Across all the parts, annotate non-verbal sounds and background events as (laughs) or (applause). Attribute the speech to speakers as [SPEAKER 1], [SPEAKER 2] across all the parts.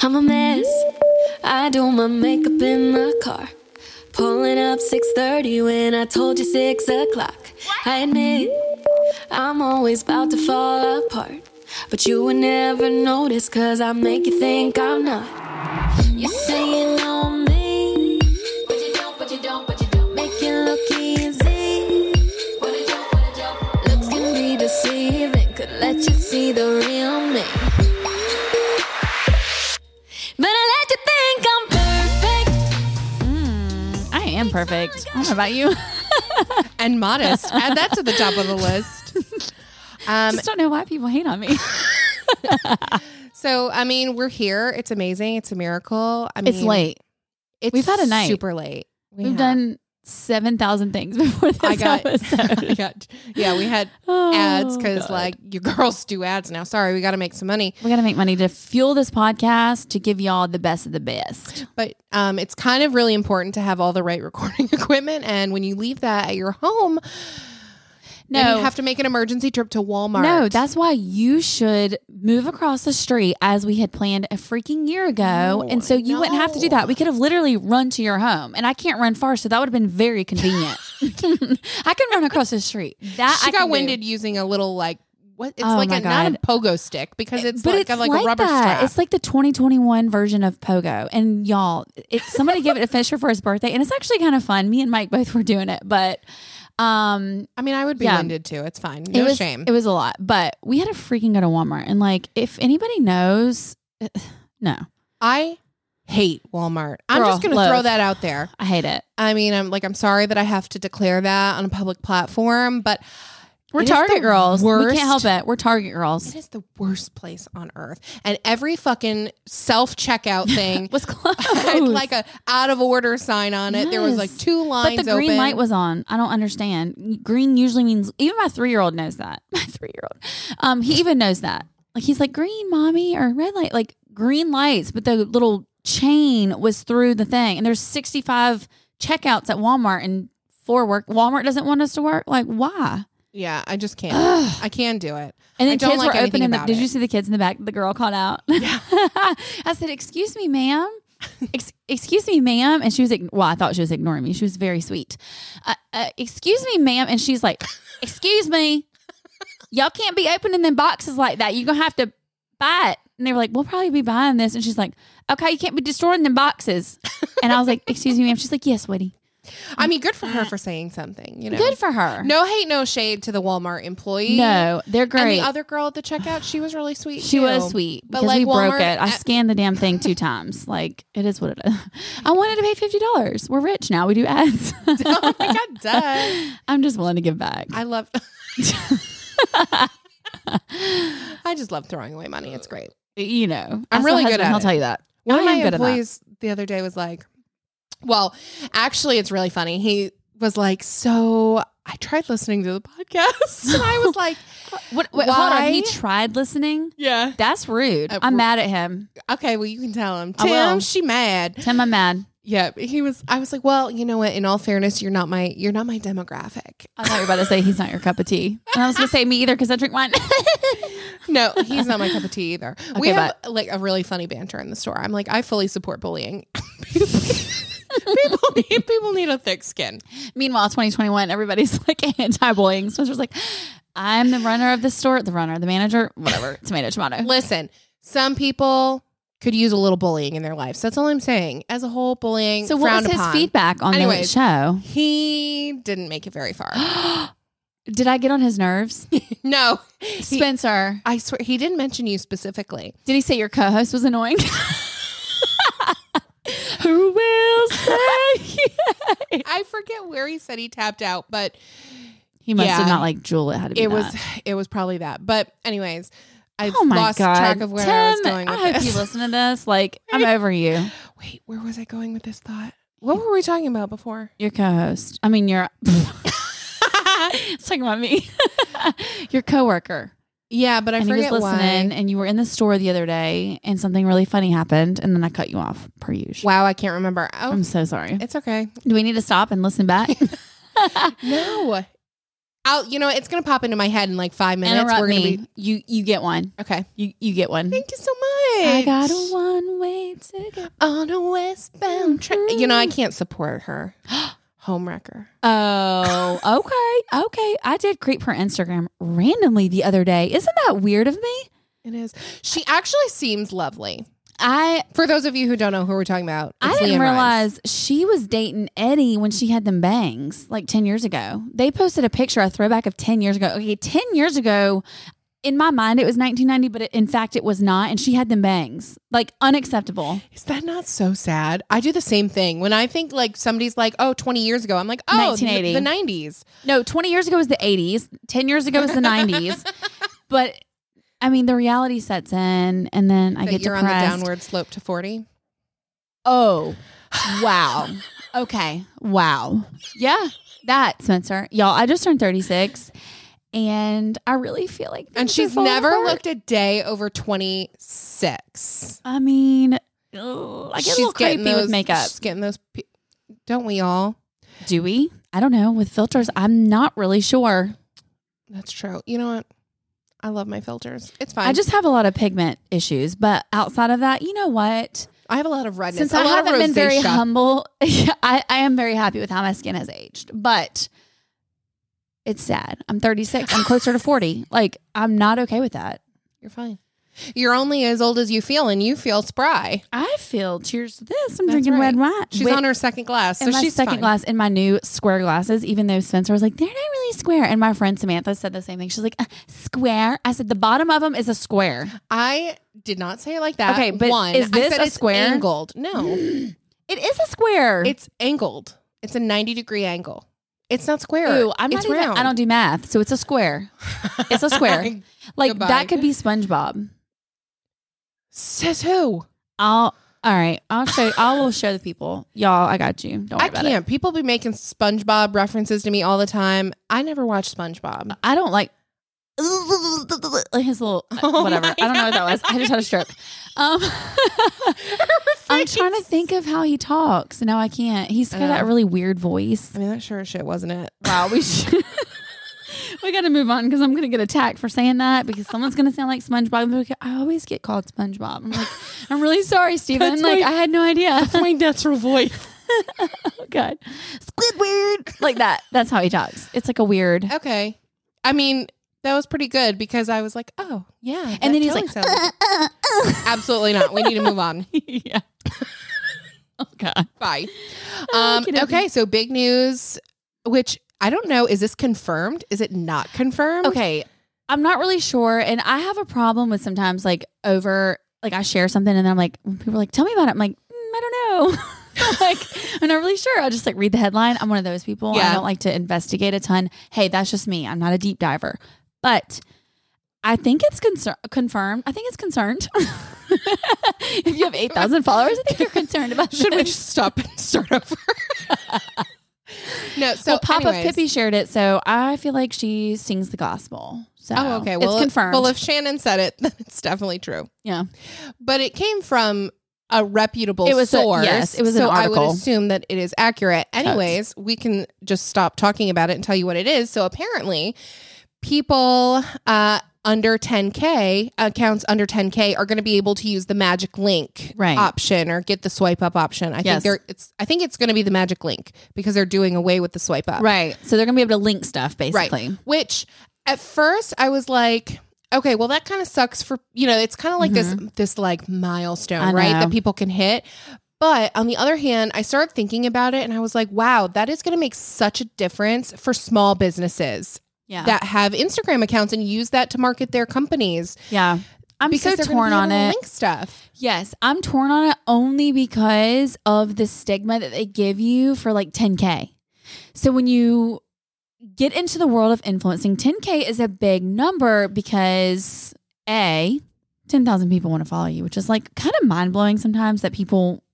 [SPEAKER 1] I'm a mess. I do my makeup in the car. Pulling up 6:30 when I told you six o'clock. I admit I'm always about to fall apart, but you would never notice 'cause I make you think I'm not. You say you know me, but you don't, but you don't, but you don't. Make it look easy. What a joke, what a joke. Looks can be deceiving, could let you see the real me. But I like to think I'm perfect.
[SPEAKER 2] I am perfect. I don't know about you. (laughs)
[SPEAKER 3] and modest. Add that to the top of the list.
[SPEAKER 2] I
[SPEAKER 3] (laughs) Um,
[SPEAKER 2] just don't know why people hate on me.
[SPEAKER 3] so I mean, we're here. It's amazing. It's a miracle. I
[SPEAKER 2] (laughs)
[SPEAKER 3] mean,
[SPEAKER 2] It's late.
[SPEAKER 3] It's
[SPEAKER 2] We've had a night.
[SPEAKER 3] Super late. We
[SPEAKER 2] We've
[SPEAKER 3] have.
[SPEAKER 2] done 7,000 things (laughs) before this
[SPEAKER 3] (laughs) I got. I (laughs)
[SPEAKER 2] episode.
[SPEAKER 3] got. Yeah, we had
[SPEAKER 2] (laughs) Oh,
[SPEAKER 3] ads because
[SPEAKER 2] God.
[SPEAKER 3] like you girls do ads now. Sorry, we got to make some money.
[SPEAKER 2] we got to make money to fuel this podcast to give y'all the best of the best.
[SPEAKER 3] But um, it's kind of really important to have all the right recording (laughs) equipment. And when you leave that at your home,
[SPEAKER 2] No,
[SPEAKER 3] then you have to make an emergency trip to Walmart.
[SPEAKER 2] No, that's why you should move across the street as we had planned a freaking year ago.
[SPEAKER 3] No,
[SPEAKER 2] and so you wouldn't have to do
[SPEAKER 3] no.
[SPEAKER 2] that. We could have literally run to your home. And I can't run far, so that would have been very
[SPEAKER 3] (laughs)
[SPEAKER 2] convenient. (laughs) I can run across the street. That
[SPEAKER 3] she
[SPEAKER 2] I
[SPEAKER 3] got
[SPEAKER 2] can do.
[SPEAKER 3] winded using a little like what? It's
[SPEAKER 2] Oh
[SPEAKER 3] like
[SPEAKER 2] my
[SPEAKER 3] a not
[SPEAKER 2] God. Eh,
[SPEAKER 3] a pogo stick because it's
[SPEAKER 2] but
[SPEAKER 3] like
[SPEAKER 2] it's
[SPEAKER 3] a, like, a rubber
[SPEAKER 2] that.
[SPEAKER 3] strap.
[SPEAKER 2] It's like the 2021 version of Pogo. And y'all, it, somebody gave it to Fisher for his birthday, and it's actually kind of fun. Me and Mike both were doing it, but um,
[SPEAKER 3] I mean, I would be
[SPEAKER 2] Yeah.
[SPEAKER 3] winded too. It's fine. No
[SPEAKER 2] it was,
[SPEAKER 3] shame.
[SPEAKER 2] It was a lot, but we had to freaking go to Walmart. And like, if anybody knows, (sighs) no,
[SPEAKER 3] I hate Walmart. I'm
[SPEAKER 2] Girl,
[SPEAKER 3] just going to
[SPEAKER 2] love.
[SPEAKER 3] throw that out there.
[SPEAKER 2] I hate it.
[SPEAKER 3] I mean, I'm like, I'm sorry that I have to declare that on a public platform, but
[SPEAKER 2] We're
[SPEAKER 3] it is the
[SPEAKER 2] Target girls. We
[SPEAKER 3] worst-
[SPEAKER 2] can't help it. We're Target girls. (laughs)
[SPEAKER 3] It is the worst place on earth, and every fucking self
[SPEAKER 2] (laughs)
[SPEAKER 3] checkout thing
[SPEAKER 2] Was close.
[SPEAKER 3] (laughs) had like a out of order sign on it. There was
[SPEAKER 2] Yes.
[SPEAKER 3] like two
[SPEAKER 2] but
[SPEAKER 3] lines.
[SPEAKER 2] the green
[SPEAKER 3] open.
[SPEAKER 2] light was on. I don't understand. Green usually means even my three year old knows that. (laughs) My three year old, um, he even knows that. Like he's like green, mommy, or red light, like green lights. But the little chain was through the thing, and there's 65 checkouts at Walmart and for work. Walmart doesn't want us to work. Like why?
[SPEAKER 3] Yeah, I just can't.
[SPEAKER 2] Ugh.
[SPEAKER 3] I can do it.
[SPEAKER 2] And
[SPEAKER 3] I
[SPEAKER 2] then
[SPEAKER 3] don't
[SPEAKER 2] kids
[SPEAKER 3] like
[SPEAKER 2] were
[SPEAKER 3] anything
[SPEAKER 2] opening. The,
[SPEAKER 3] about
[SPEAKER 2] did you
[SPEAKER 3] it.
[SPEAKER 2] see the kids in the back? The girl called out. (laughs) I said, "Excuse me, ma'am. Ex- excuse me, ma'am." And she was like, "Well, I thought she was ignoring me. She was very sweet." Uh, uh, excuse me, ma'am. And she's like, "Excuse me. Y'all can't be opening them boxes like that. You're gonna have to buy it." And they were like, "We'll probably be buying this." And she's like, "Okay, you can't be destroying them boxes." And I was like, "Excuse me, ma'am." She's like, "Yes, Woody.
[SPEAKER 3] I mean, good
[SPEAKER 2] (sighs)
[SPEAKER 3] for her for saying something. You know,
[SPEAKER 2] Good for her.
[SPEAKER 3] no hate, no shade to the Walmart employee.
[SPEAKER 2] no, they're
[SPEAKER 3] And
[SPEAKER 2] great."
[SPEAKER 3] the other girl at the checkout, she was really sweet.
[SPEAKER 2] She
[SPEAKER 3] too. (laughs)
[SPEAKER 2] was sweet
[SPEAKER 3] But,
[SPEAKER 2] because
[SPEAKER 3] like,
[SPEAKER 2] we broke
[SPEAKER 3] Walmart- eh,
[SPEAKER 2] it. I scanned the damn thing
[SPEAKER 3] (laughs)
[SPEAKER 2] two times. Like it is what it is. I wanted to pay fifty dollars. We're rich now. We do ads.
[SPEAKER 3] (laughs) oh my
[SPEAKER 2] (laughs)
[SPEAKER 3] god, duh.
[SPEAKER 2] I'm just willing to give back.
[SPEAKER 3] I love. (laughs) I just love throwing away money. It's great.
[SPEAKER 2] you know,
[SPEAKER 3] I'm
[SPEAKER 2] ask my
[SPEAKER 3] really good
[SPEAKER 2] husband,
[SPEAKER 3] at
[SPEAKER 2] He'll
[SPEAKER 3] it.
[SPEAKER 2] tell you that.
[SPEAKER 3] One of
[SPEAKER 2] I
[SPEAKER 3] my
[SPEAKER 2] am good at that.
[SPEAKER 3] employees the other day was like, "Well, actually, it's really funny." He was like, "So I tried listening to the podcast, (laughs) and I was like,
[SPEAKER 2] (laughs) What, wait, hold on. He
[SPEAKER 3] Why?
[SPEAKER 2] tried listening.
[SPEAKER 3] yeah,
[SPEAKER 2] That's rude.
[SPEAKER 3] Uh,
[SPEAKER 2] I'm
[SPEAKER 3] we're-
[SPEAKER 2] mad at him.
[SPEAKER 3] okay, well, you can tell him,
[SPEAKER 2] I will.
[SPEAKER 3] Tim, she mad."
[SPEAKER 2] Tim, I'm mad.
[SPEAKER 3] Yeah, but he was. I was like, well, you know what? In all fairness, you're not my you're not my demographic.
[SPEAKER 2] I thought you were about to say he's not your cup of tea, and I was gonna say me either because I drink wine. (laughs)
[SPEAKER 3] No, he's not my cup of tea either. we
[SPEAKER 2] Okay,
[SPEAKER 3] have like a really funny banter in the store. I'm like, I fully support bullying. (laughs) people need people need a thick skin.
[SPEAKER 2] Meanwhile, 2021, everybody's like (laughs) anti-bullying. Spencer's like, I'm the runner of the store, the runner, the manager, whatever. tomato, tomato.
[SPEAKER 3] Listen, some people could use a little bullying in their lives. That's all I'm saying. As a whole, bullying.
[SPEAKER 2] So what
[SPEAKER 3] frowned
[SPEAKER 2] was his
[SPEAKER 3] upon.
[SPEAKER 2] feedback on the
[SPEAKER 3] Anyways. (gasps)
[SPEAKER 2] show?
[SPEAKER 3] He didn't make it
[SPEAKER 2] (gasps)
[SPEAKER 3] very far.
[SPEAKER 2] Did I get on his (laughs) nerves?
[SPEAKER 3] no,
[SPEAKER 2] Spencer,
[SPEAKER 3] I swear he didn't mention you specifically.
[SPEAKER 2] did he say your co-host was
[SPEAKER 3] (laughs)
[SPEAKER 2] annoying? Who will say?
[SPEAKER 3] I forget where he said he tapped out, but
[SPEAKER 2] he must
[SPEAKER 3] Yeah.
[SPEAKER 2] have not like Jewel. It had to be
[SPEAKER 3] it was
[SPEAKER 2] that.
[SPEAKER 3] it was probably that. But anyways, I
[SPEAKER 2] Oh my
[SPEAKER 3] lost
[SPEAKER 2] god!
[SPEAKER 3] track of where
[SPEAKER 2] Tim,
[SPEAKER 3] I was going with
[SPEAKER 2] I hope
[SPEAKER 3] this.
[SPEAKER 2] you listen to this.
[SPEAKER 3] (laughs)
[SPEAKER 2] Like I'm over you.
[SPEAKER 3] Wait, where was I going with this thought? What were we talking about before?
[SPEAKER 2] Your co-host. I mean, your. (laughs) it's talking about me. (laughs) your coworker.
[SPEAKER 3] Yeah, but I
[SPEAKER 2] and he was
[SPEAKER 3] forget
[SPEAKER 2] listening,
[SPEAKER 3] why.
[SPEAKER 2] and you were in the store the other day, and something really funny happened, and then I cut you off per usual.
[SPEAKER 3] Wow, I can't remember. Oh,
[SPEAKER 2] I'm so sorry.
[SPEAKER 3] it's okay.
[SPEAKER 2] Do we need to stop and listen back?
[SPEAKER 3] (laughs)
[SPEAKER 2] (laughs)
[SPEAKER 3] No. (gasps) I'll, you know, it's gonna pop into my head in like five minutes.
[SPEAKER 2] Interrupt
[SPEAKER 3] We're gonna
[SPEAKER 2] me.
[SPEAKER 3] be
[SPEAKER 2] you you get one.
[SPEAKER 3] okay.
[SPEAKER 2] You you get one.
[SPEAKER 3] Thank you so much.
[SPEAKER 2] I got a one way ticket.
[SPEAKER 3] on a
[SPEAKER 2] Mm-hmm.
[SPEAKER 3] westbound train. You know, I can't support her. (gasps) Homewrecker.
[SPEAKER 2] Oh, okay, okay. I did creep her Instagram randomly the other day. Isn't that weird of me?
[SPEAKER 3] It is. She actually seems lovely.
[SPEAKER 2] I
[SPEAKER 3] For those of you who don't know who we're talking about,
[SPEAKER 2] I
[SPEAKER 3] it's
[SPEAKER 2] didn't
[SPEAKER 3] Leanne Rimes.
[SPEAKER 2] realize she was dating Eddie when she had them bangs like 10 years ago. They posted a picture, a throwback of 10 years ago. Okay, 10 years ago, in my mind, it was 1990, but it, in fact, it was not. And she had them bangs like unacceptable.
[SPEAKER 3] Is that not so sad? I do the same thing. When I think like somebody's like, oh, 20 years ago, I'm like, oh,
[SPEAKER 2] 1980.
[SPEAKER 3] The, the 90s.
[SPEAKER 2] No, 20 years ago was the 80s, 10 years ago was the
[SPEAKER 3] (laughs)
[SPEAKER 2] 90s. But I mean, the reality sets in, and then I
[SPEAKER 3] that
[SPEAKER 2] get
[SPEAKER 3] you're
[SPEAKER 2] depressed.
[SPEAKER 3] on the downward slope to 40.
[SPEAKER 2] Oh, wow. okay. Wow. Yeah. That, Spencer. Y'all, I just turned 36 and I really feel like.
[SPEAKER 3] And
[SPEAKER 2] things
[SPEAKER 3] she's
[SPEAKER 2] are falling
[SPEAKER 3] never
[SPEAKER 2] apart.
[SPEAKER 3] looked a day over 26.
[SPEAKER 2] I mean, ugh, I get a little creepy with
[SPEAKER 3] those-
[SPEAKER 2] makeup.
[SPEAKER 3] She's getting those. Pe- don't we all?
[SPEAKER 2] Do we? I don't know. With filters, I'm not really sure.
[SPEAKER 3] That's true. You know what? I love my filters. It's fine.
[SPEAKER 2] I just have a lot of pigment issues. But outside of that, you know what?
[SPEAKER 3] I have a lot of redness.
[SPEAKER 2] Since
[SPEAKER 3] a
[SPEAKER 2] I
[SPEAKER 3] lot
[SPEAKER 2] haven't
[SPEAKER 3] of
[SPEAKER 2] been very
[SPEAKER 3] rosacea.
[SPEAKER 2] humble, (laughs) I, I am very happy with how my skin has aged. But it's sad. I'm 36. I'm closer to
[SPEAKER 3] (laughs)
[SPEAKER 2] 40. Like, I'm not okay with that.
[SPEAKER 3] You're fine. You're only as old as you feel, and you feel spry.
[SPEAKER 2] I feel cheers to this. I'm
[SPEAKER 3] That's
[SPEAKER 2] drinking
[SPEAKER 3] right.
[SPEAKER 2] red wine.
[SPEAKER 3] She's
[SPEAKER 2] With-
[SPEAKER 3] on her second glass, so
[SPEAKER 2] and my
[SPEAKER 3] she's
[SPEAKER 2] second
[SPEAKER 3] fine.
[SPEAKER 2] glass in my new square glasses, even though Spencer was like, they're not really square. And my friend Samantha said the same thing. She's like, "Uh, square. I said, the bottom of them is a square.
[SPEAKER 3] I did not say it like that.
[SPEAKER 2] Okay, but
[SPEAKER 3] One,
[SPEAKER 2] is
[SPEAKER 3] I
[SPEAKER 2] this
[SPEAKER 3] said
[SPEAKER 2] a
[SPEAKER 3] it's
[SPEAKER 2] square?
[SPEAKER 3] Angled? No,
[SPEAKER 2] (gasps) It is a square.
[SPEAKER 3] Oh. it's angled. It's a ninety degree angle. It's not square.
[SPEAKER 2] Ooh, I'm
[SPEAKER 3] it's
[SPEAKER 2] not even-
[SPEAKER 3] round.
[SPEAKER 2] I don't
[SPEAKER 3] (laughs)
[SPEAKER 2] do math, so it's a square. It's a square. like
[SPEAKER 3] Goodbye.
[SPEAKER 2] that could be SpongeBob.
[SPEAKER 3] Says who?
[SPEAKER 2] I'll. All right, I'll show. I will show the people, y'all. I got you. Don't worry
[SPEAKER 3] I
[SPEAKER 2] about it.
[SPEAKER 3] can't. People be making SpongeBob references to me all the time. I never watched SpongeBob.
[SPEAKER 2] I don't like like his little
[SPEAKER 3] (laughs) Oh
[SPEAKER 2] whatever.
[SPEAKER 3] my
[SPEAKER 2] I don't know what that was. I just had a stroke. Um, (laughs) I'm trying to think of how he talks. No, I can't. He's got
[SPEAKER 3] know.
[SPEAKER 2] that really weird voice.
[SPEAKER 3] I mean, that sure as shit
[SPEAKER 2] (laughs)
[SPEAKER 3] wasn't it.
[SPEAKER 2] Wow, we
[SPEAKER 3] (laughs)
[SPEAKER 2] should. we got to move on because I'm going to get attacked for saying that because someone's going to sound like SpongeBob. They're like, I always get called SpongeBob. I'm like, I'm really sorry, Steven.
[SPEAKER 3] (laughs) That's
[SPEAKER 2] Like,
[SPEAKER 3] my-
[SPEAKER 2] I had no idea.
[SPEAKER 3] My natural voice.
[SPEAKER 2] (laughs) oh, God. Squidward. Like that. That's how he talks. It's like a weird.
[SPEAKER 3] Okay. I mean, that was pretty good because I was like, oh, yeah. that
[SPEAKER 2] and then he's
[SPEAKER 3] totally
[SPEAKER 2] like, "Uh,
[SPEAKER 3] sounds
[SPEAKER 2] (laughs)
[SPEAKER 3] absolutely not. We need to move on. (laughs)
[SPEAKER 2] yeah. Oh, God. (laughs)
[SPEAKER 3] Bye. Um,
[SPEAKER 2] Okey-dokey.
[SPEAKER 3] okay. So, big news, which I don't know. Is this confirmed? Is it not confirmed?
[SPEAKER 2] Okay. I'm not really sure. And I have a problem with sometimes like over, like I share something and then I'm like, when people are like, tell me about it. I'm like, mm, I don't know. (laughs) like, I'm not really sure. I just like read the headline. I'm one of those people.
[SPEAKER 3] Yeah.
[SPEAKER 2] I don't like to investigate a ton. Hey, that's just me. I'm not a deep diver. But I think it's concer- confirmed. I think it's concerned. (laughs) if
[SPEAKER 3] (laughs)
[SPEAKER 2] you have 8,000 followers, I think you're concerned about
[SPEAKER 3] Should
[SPEAKER 2] (laughs)
[SPEAKER 3] we
[SPEAKER 2] this.
[SPEAKER 3] just stop and start over?
[SPEAKER 2] (laughs)
[SPEAKER 3] no. So,
[SPEAKER 2] well, Papa
[SPEAKER 3] anyways.
[SPEAKER 2] Pippi shared it, so I feel like she sings the gospel. So
[SPEAKER 3] Oh, okay. Well,
[SPEAKER 2] it's
[SPEAKER 3] if-
[SPEAKER 2] confirmed.
[SPEAKER 3] Well, if Shannon said it, (laughs) then it's definitely true.
[SPEAKER 2] yeah,
[SPEAKER 3] But it came from a reputable
[SPEAKER 2] It was a-
[SPEAKER 3] source.
[SPEAKER 2] yes, it was an
[SPEAKER 3] so I
[SPEAKER 2] article.
[SPEAKER 3] would assume that it is accurate. Anyways, we can just stop talking about it and tell you what it is. So apparently, people uh, under 10K, accounts under 10K, are going to be able to use the magic link
[SPEAKER 2] Right.
[SPEAKER 3] option or get the swipe up option. I
[SPEAKER 2] Yes.
[SPEAKER 3] think they're, it's I think it's going to be the magic link because they're doing away with the swipe up.
[SPEAKER 2] right. So they're gonna be able to link stuff basically.
[SPEAKER 3] Right. Which at first I was like, Okay, well that kind of sucks for you know, it's kind of like this this like
[SPEAKER 2] Mm-hmm. I
[SPEAKER 3] milestone, right?
[SPEAKER 2] know.
[SPEAKER 3] That people can hit. But on the other hand, I started thinking about it and I was like, wow, that is going to make such a difference for small businesses
[SPEAKER 2] Yeah.
[SPEAKER 3] that have Instagram accounts and use that to market their companies.
[SPEAKER 2] yeah. I'm so
[SPEAKER 3] they're gonna
[SPEAKER 2] torn
[SPEAKER 3] be
[SPEAKER 2] on
[SPEAKER 3] able to
[SPEAKER 2] it.
[SPEAKER 3] Link stuff.
[SPEAKER 2] Yes, I'm torn on it only because of the stigma that they give you for like 10K. So when you get into the world of influencing, 10K is a big number because A, 10,000 people want to follow you, which is like kind of mind blowing sometimes that people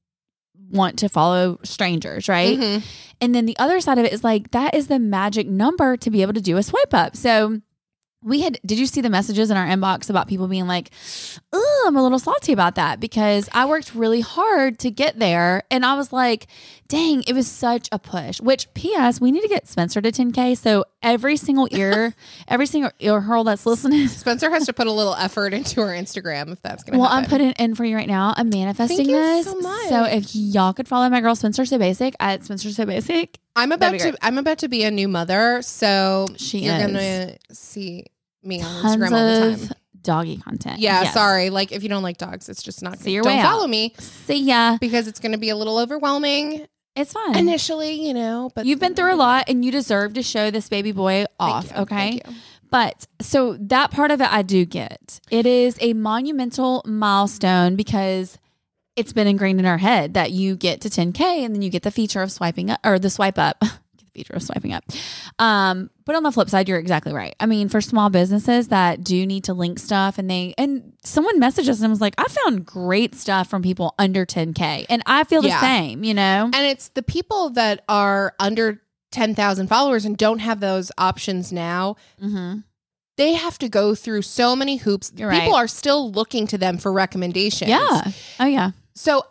[SPEAKER 2] want to follow strangers, right?
[SPEAKER 3] Mhm.
[SPEAKER 2] And then the other side of it is like that is the magic number to be able to do a swipe up. So we had did you see the messages in our inbox about people being like, "Oh, I'm a little salty about that because I worked really hard to get there and I was like, dang, it was such a push." Which PS, we need to get Spencer to 10k so every single
[SPEAKER 3] (laughs)
[SPEAKER 2] ear, every single ear hurl that's listening
[SPEAKER 3] Spencer has to put a little effort into her Instagram if that's going to
[SPEAKER 2] well, I'm
[SPEAKER 3] happen.
[SPEAKER 2] putting it in for you right now. I'm manifesting
[SPEAKER 3] Thank you
[SPEAKER 2] this.
[SPEAKER 3] so much.
[SPEAKER 2] if y'all could follow my girl Spencer So Basic at Spencer So Basic,
[SPEAKER 3] I'm
[SPEAKER 2] That'd
[SPEAKER 3] about
[SPEAKER 2] be
[SPEAKER 3] to I'm about to be a new mother, so
[SPEAKER 2] She
[SPEAKER 3] you're
[SPEAKER 2] is.
[SPEAKER 3] gonna see me on
[SPEAKER 2] tons
[SPEAKER 3] Instagram all the
[SPEAKER 2] of
[SPEAKER 3] time.
[SPEAKER 2] doggy content.
[SPEAKER 3] Yeah,
[SPEAKER 2] Yes.
[SPEAKER 3] sorry. Like if you don't like dogs, it's just not
[SPEAKER 2] See your
[SPEAKER 3] good. Don't
[SPEAKER 2] way out.
[SPEAKER 3] follow me
[SPEAKER 2] See ya.
[SPEAKER 3] because it's gonna be a
[SPEAKER 2] (laughs)
[SPEAKER 3] little overwhelming
[SPEAKER 2] It's fine.
[SPEAKER 3] initially, you know, but
[SPEAKER 2] You've been through a lot and you deserve to show this baby boy off,
[SPEAKER 3] you,
[SPEAKER 2] okay?
[SPEAKER 3] thank you.
[SPEAKER 2] But so that part of it I do get. It is a monumental milestone because it's been ingrained in our head that you get to 10K and then you get the feature of swiping up or the swipe up. (laughs) Get the feature of swiping up. Um, but on the flip side, you're exactly right. I mean, for small businesses that do need to link stuff and they and someone messaged us and was like, I found great stuff from people under 10K. And I feel the
[SPEAKER 3] Yeah.
[SPEAKER 2] same, you know?
[SPEAKER 3] And it's the people that are under ten thousand followers and don't have those options now.
[SPEAKER 2] mm-hmm.
[SPEAKER 3] They have to go through so many hoops.
[SPEAKER 2] You're
[SPEAKER 3] People
[SPEAKER 2] right.
[SPEAKER 3] are still looking to them for recommendations.
[SPEAKER 2] Yeah. Oh yeah.
[SPEAKER 3] So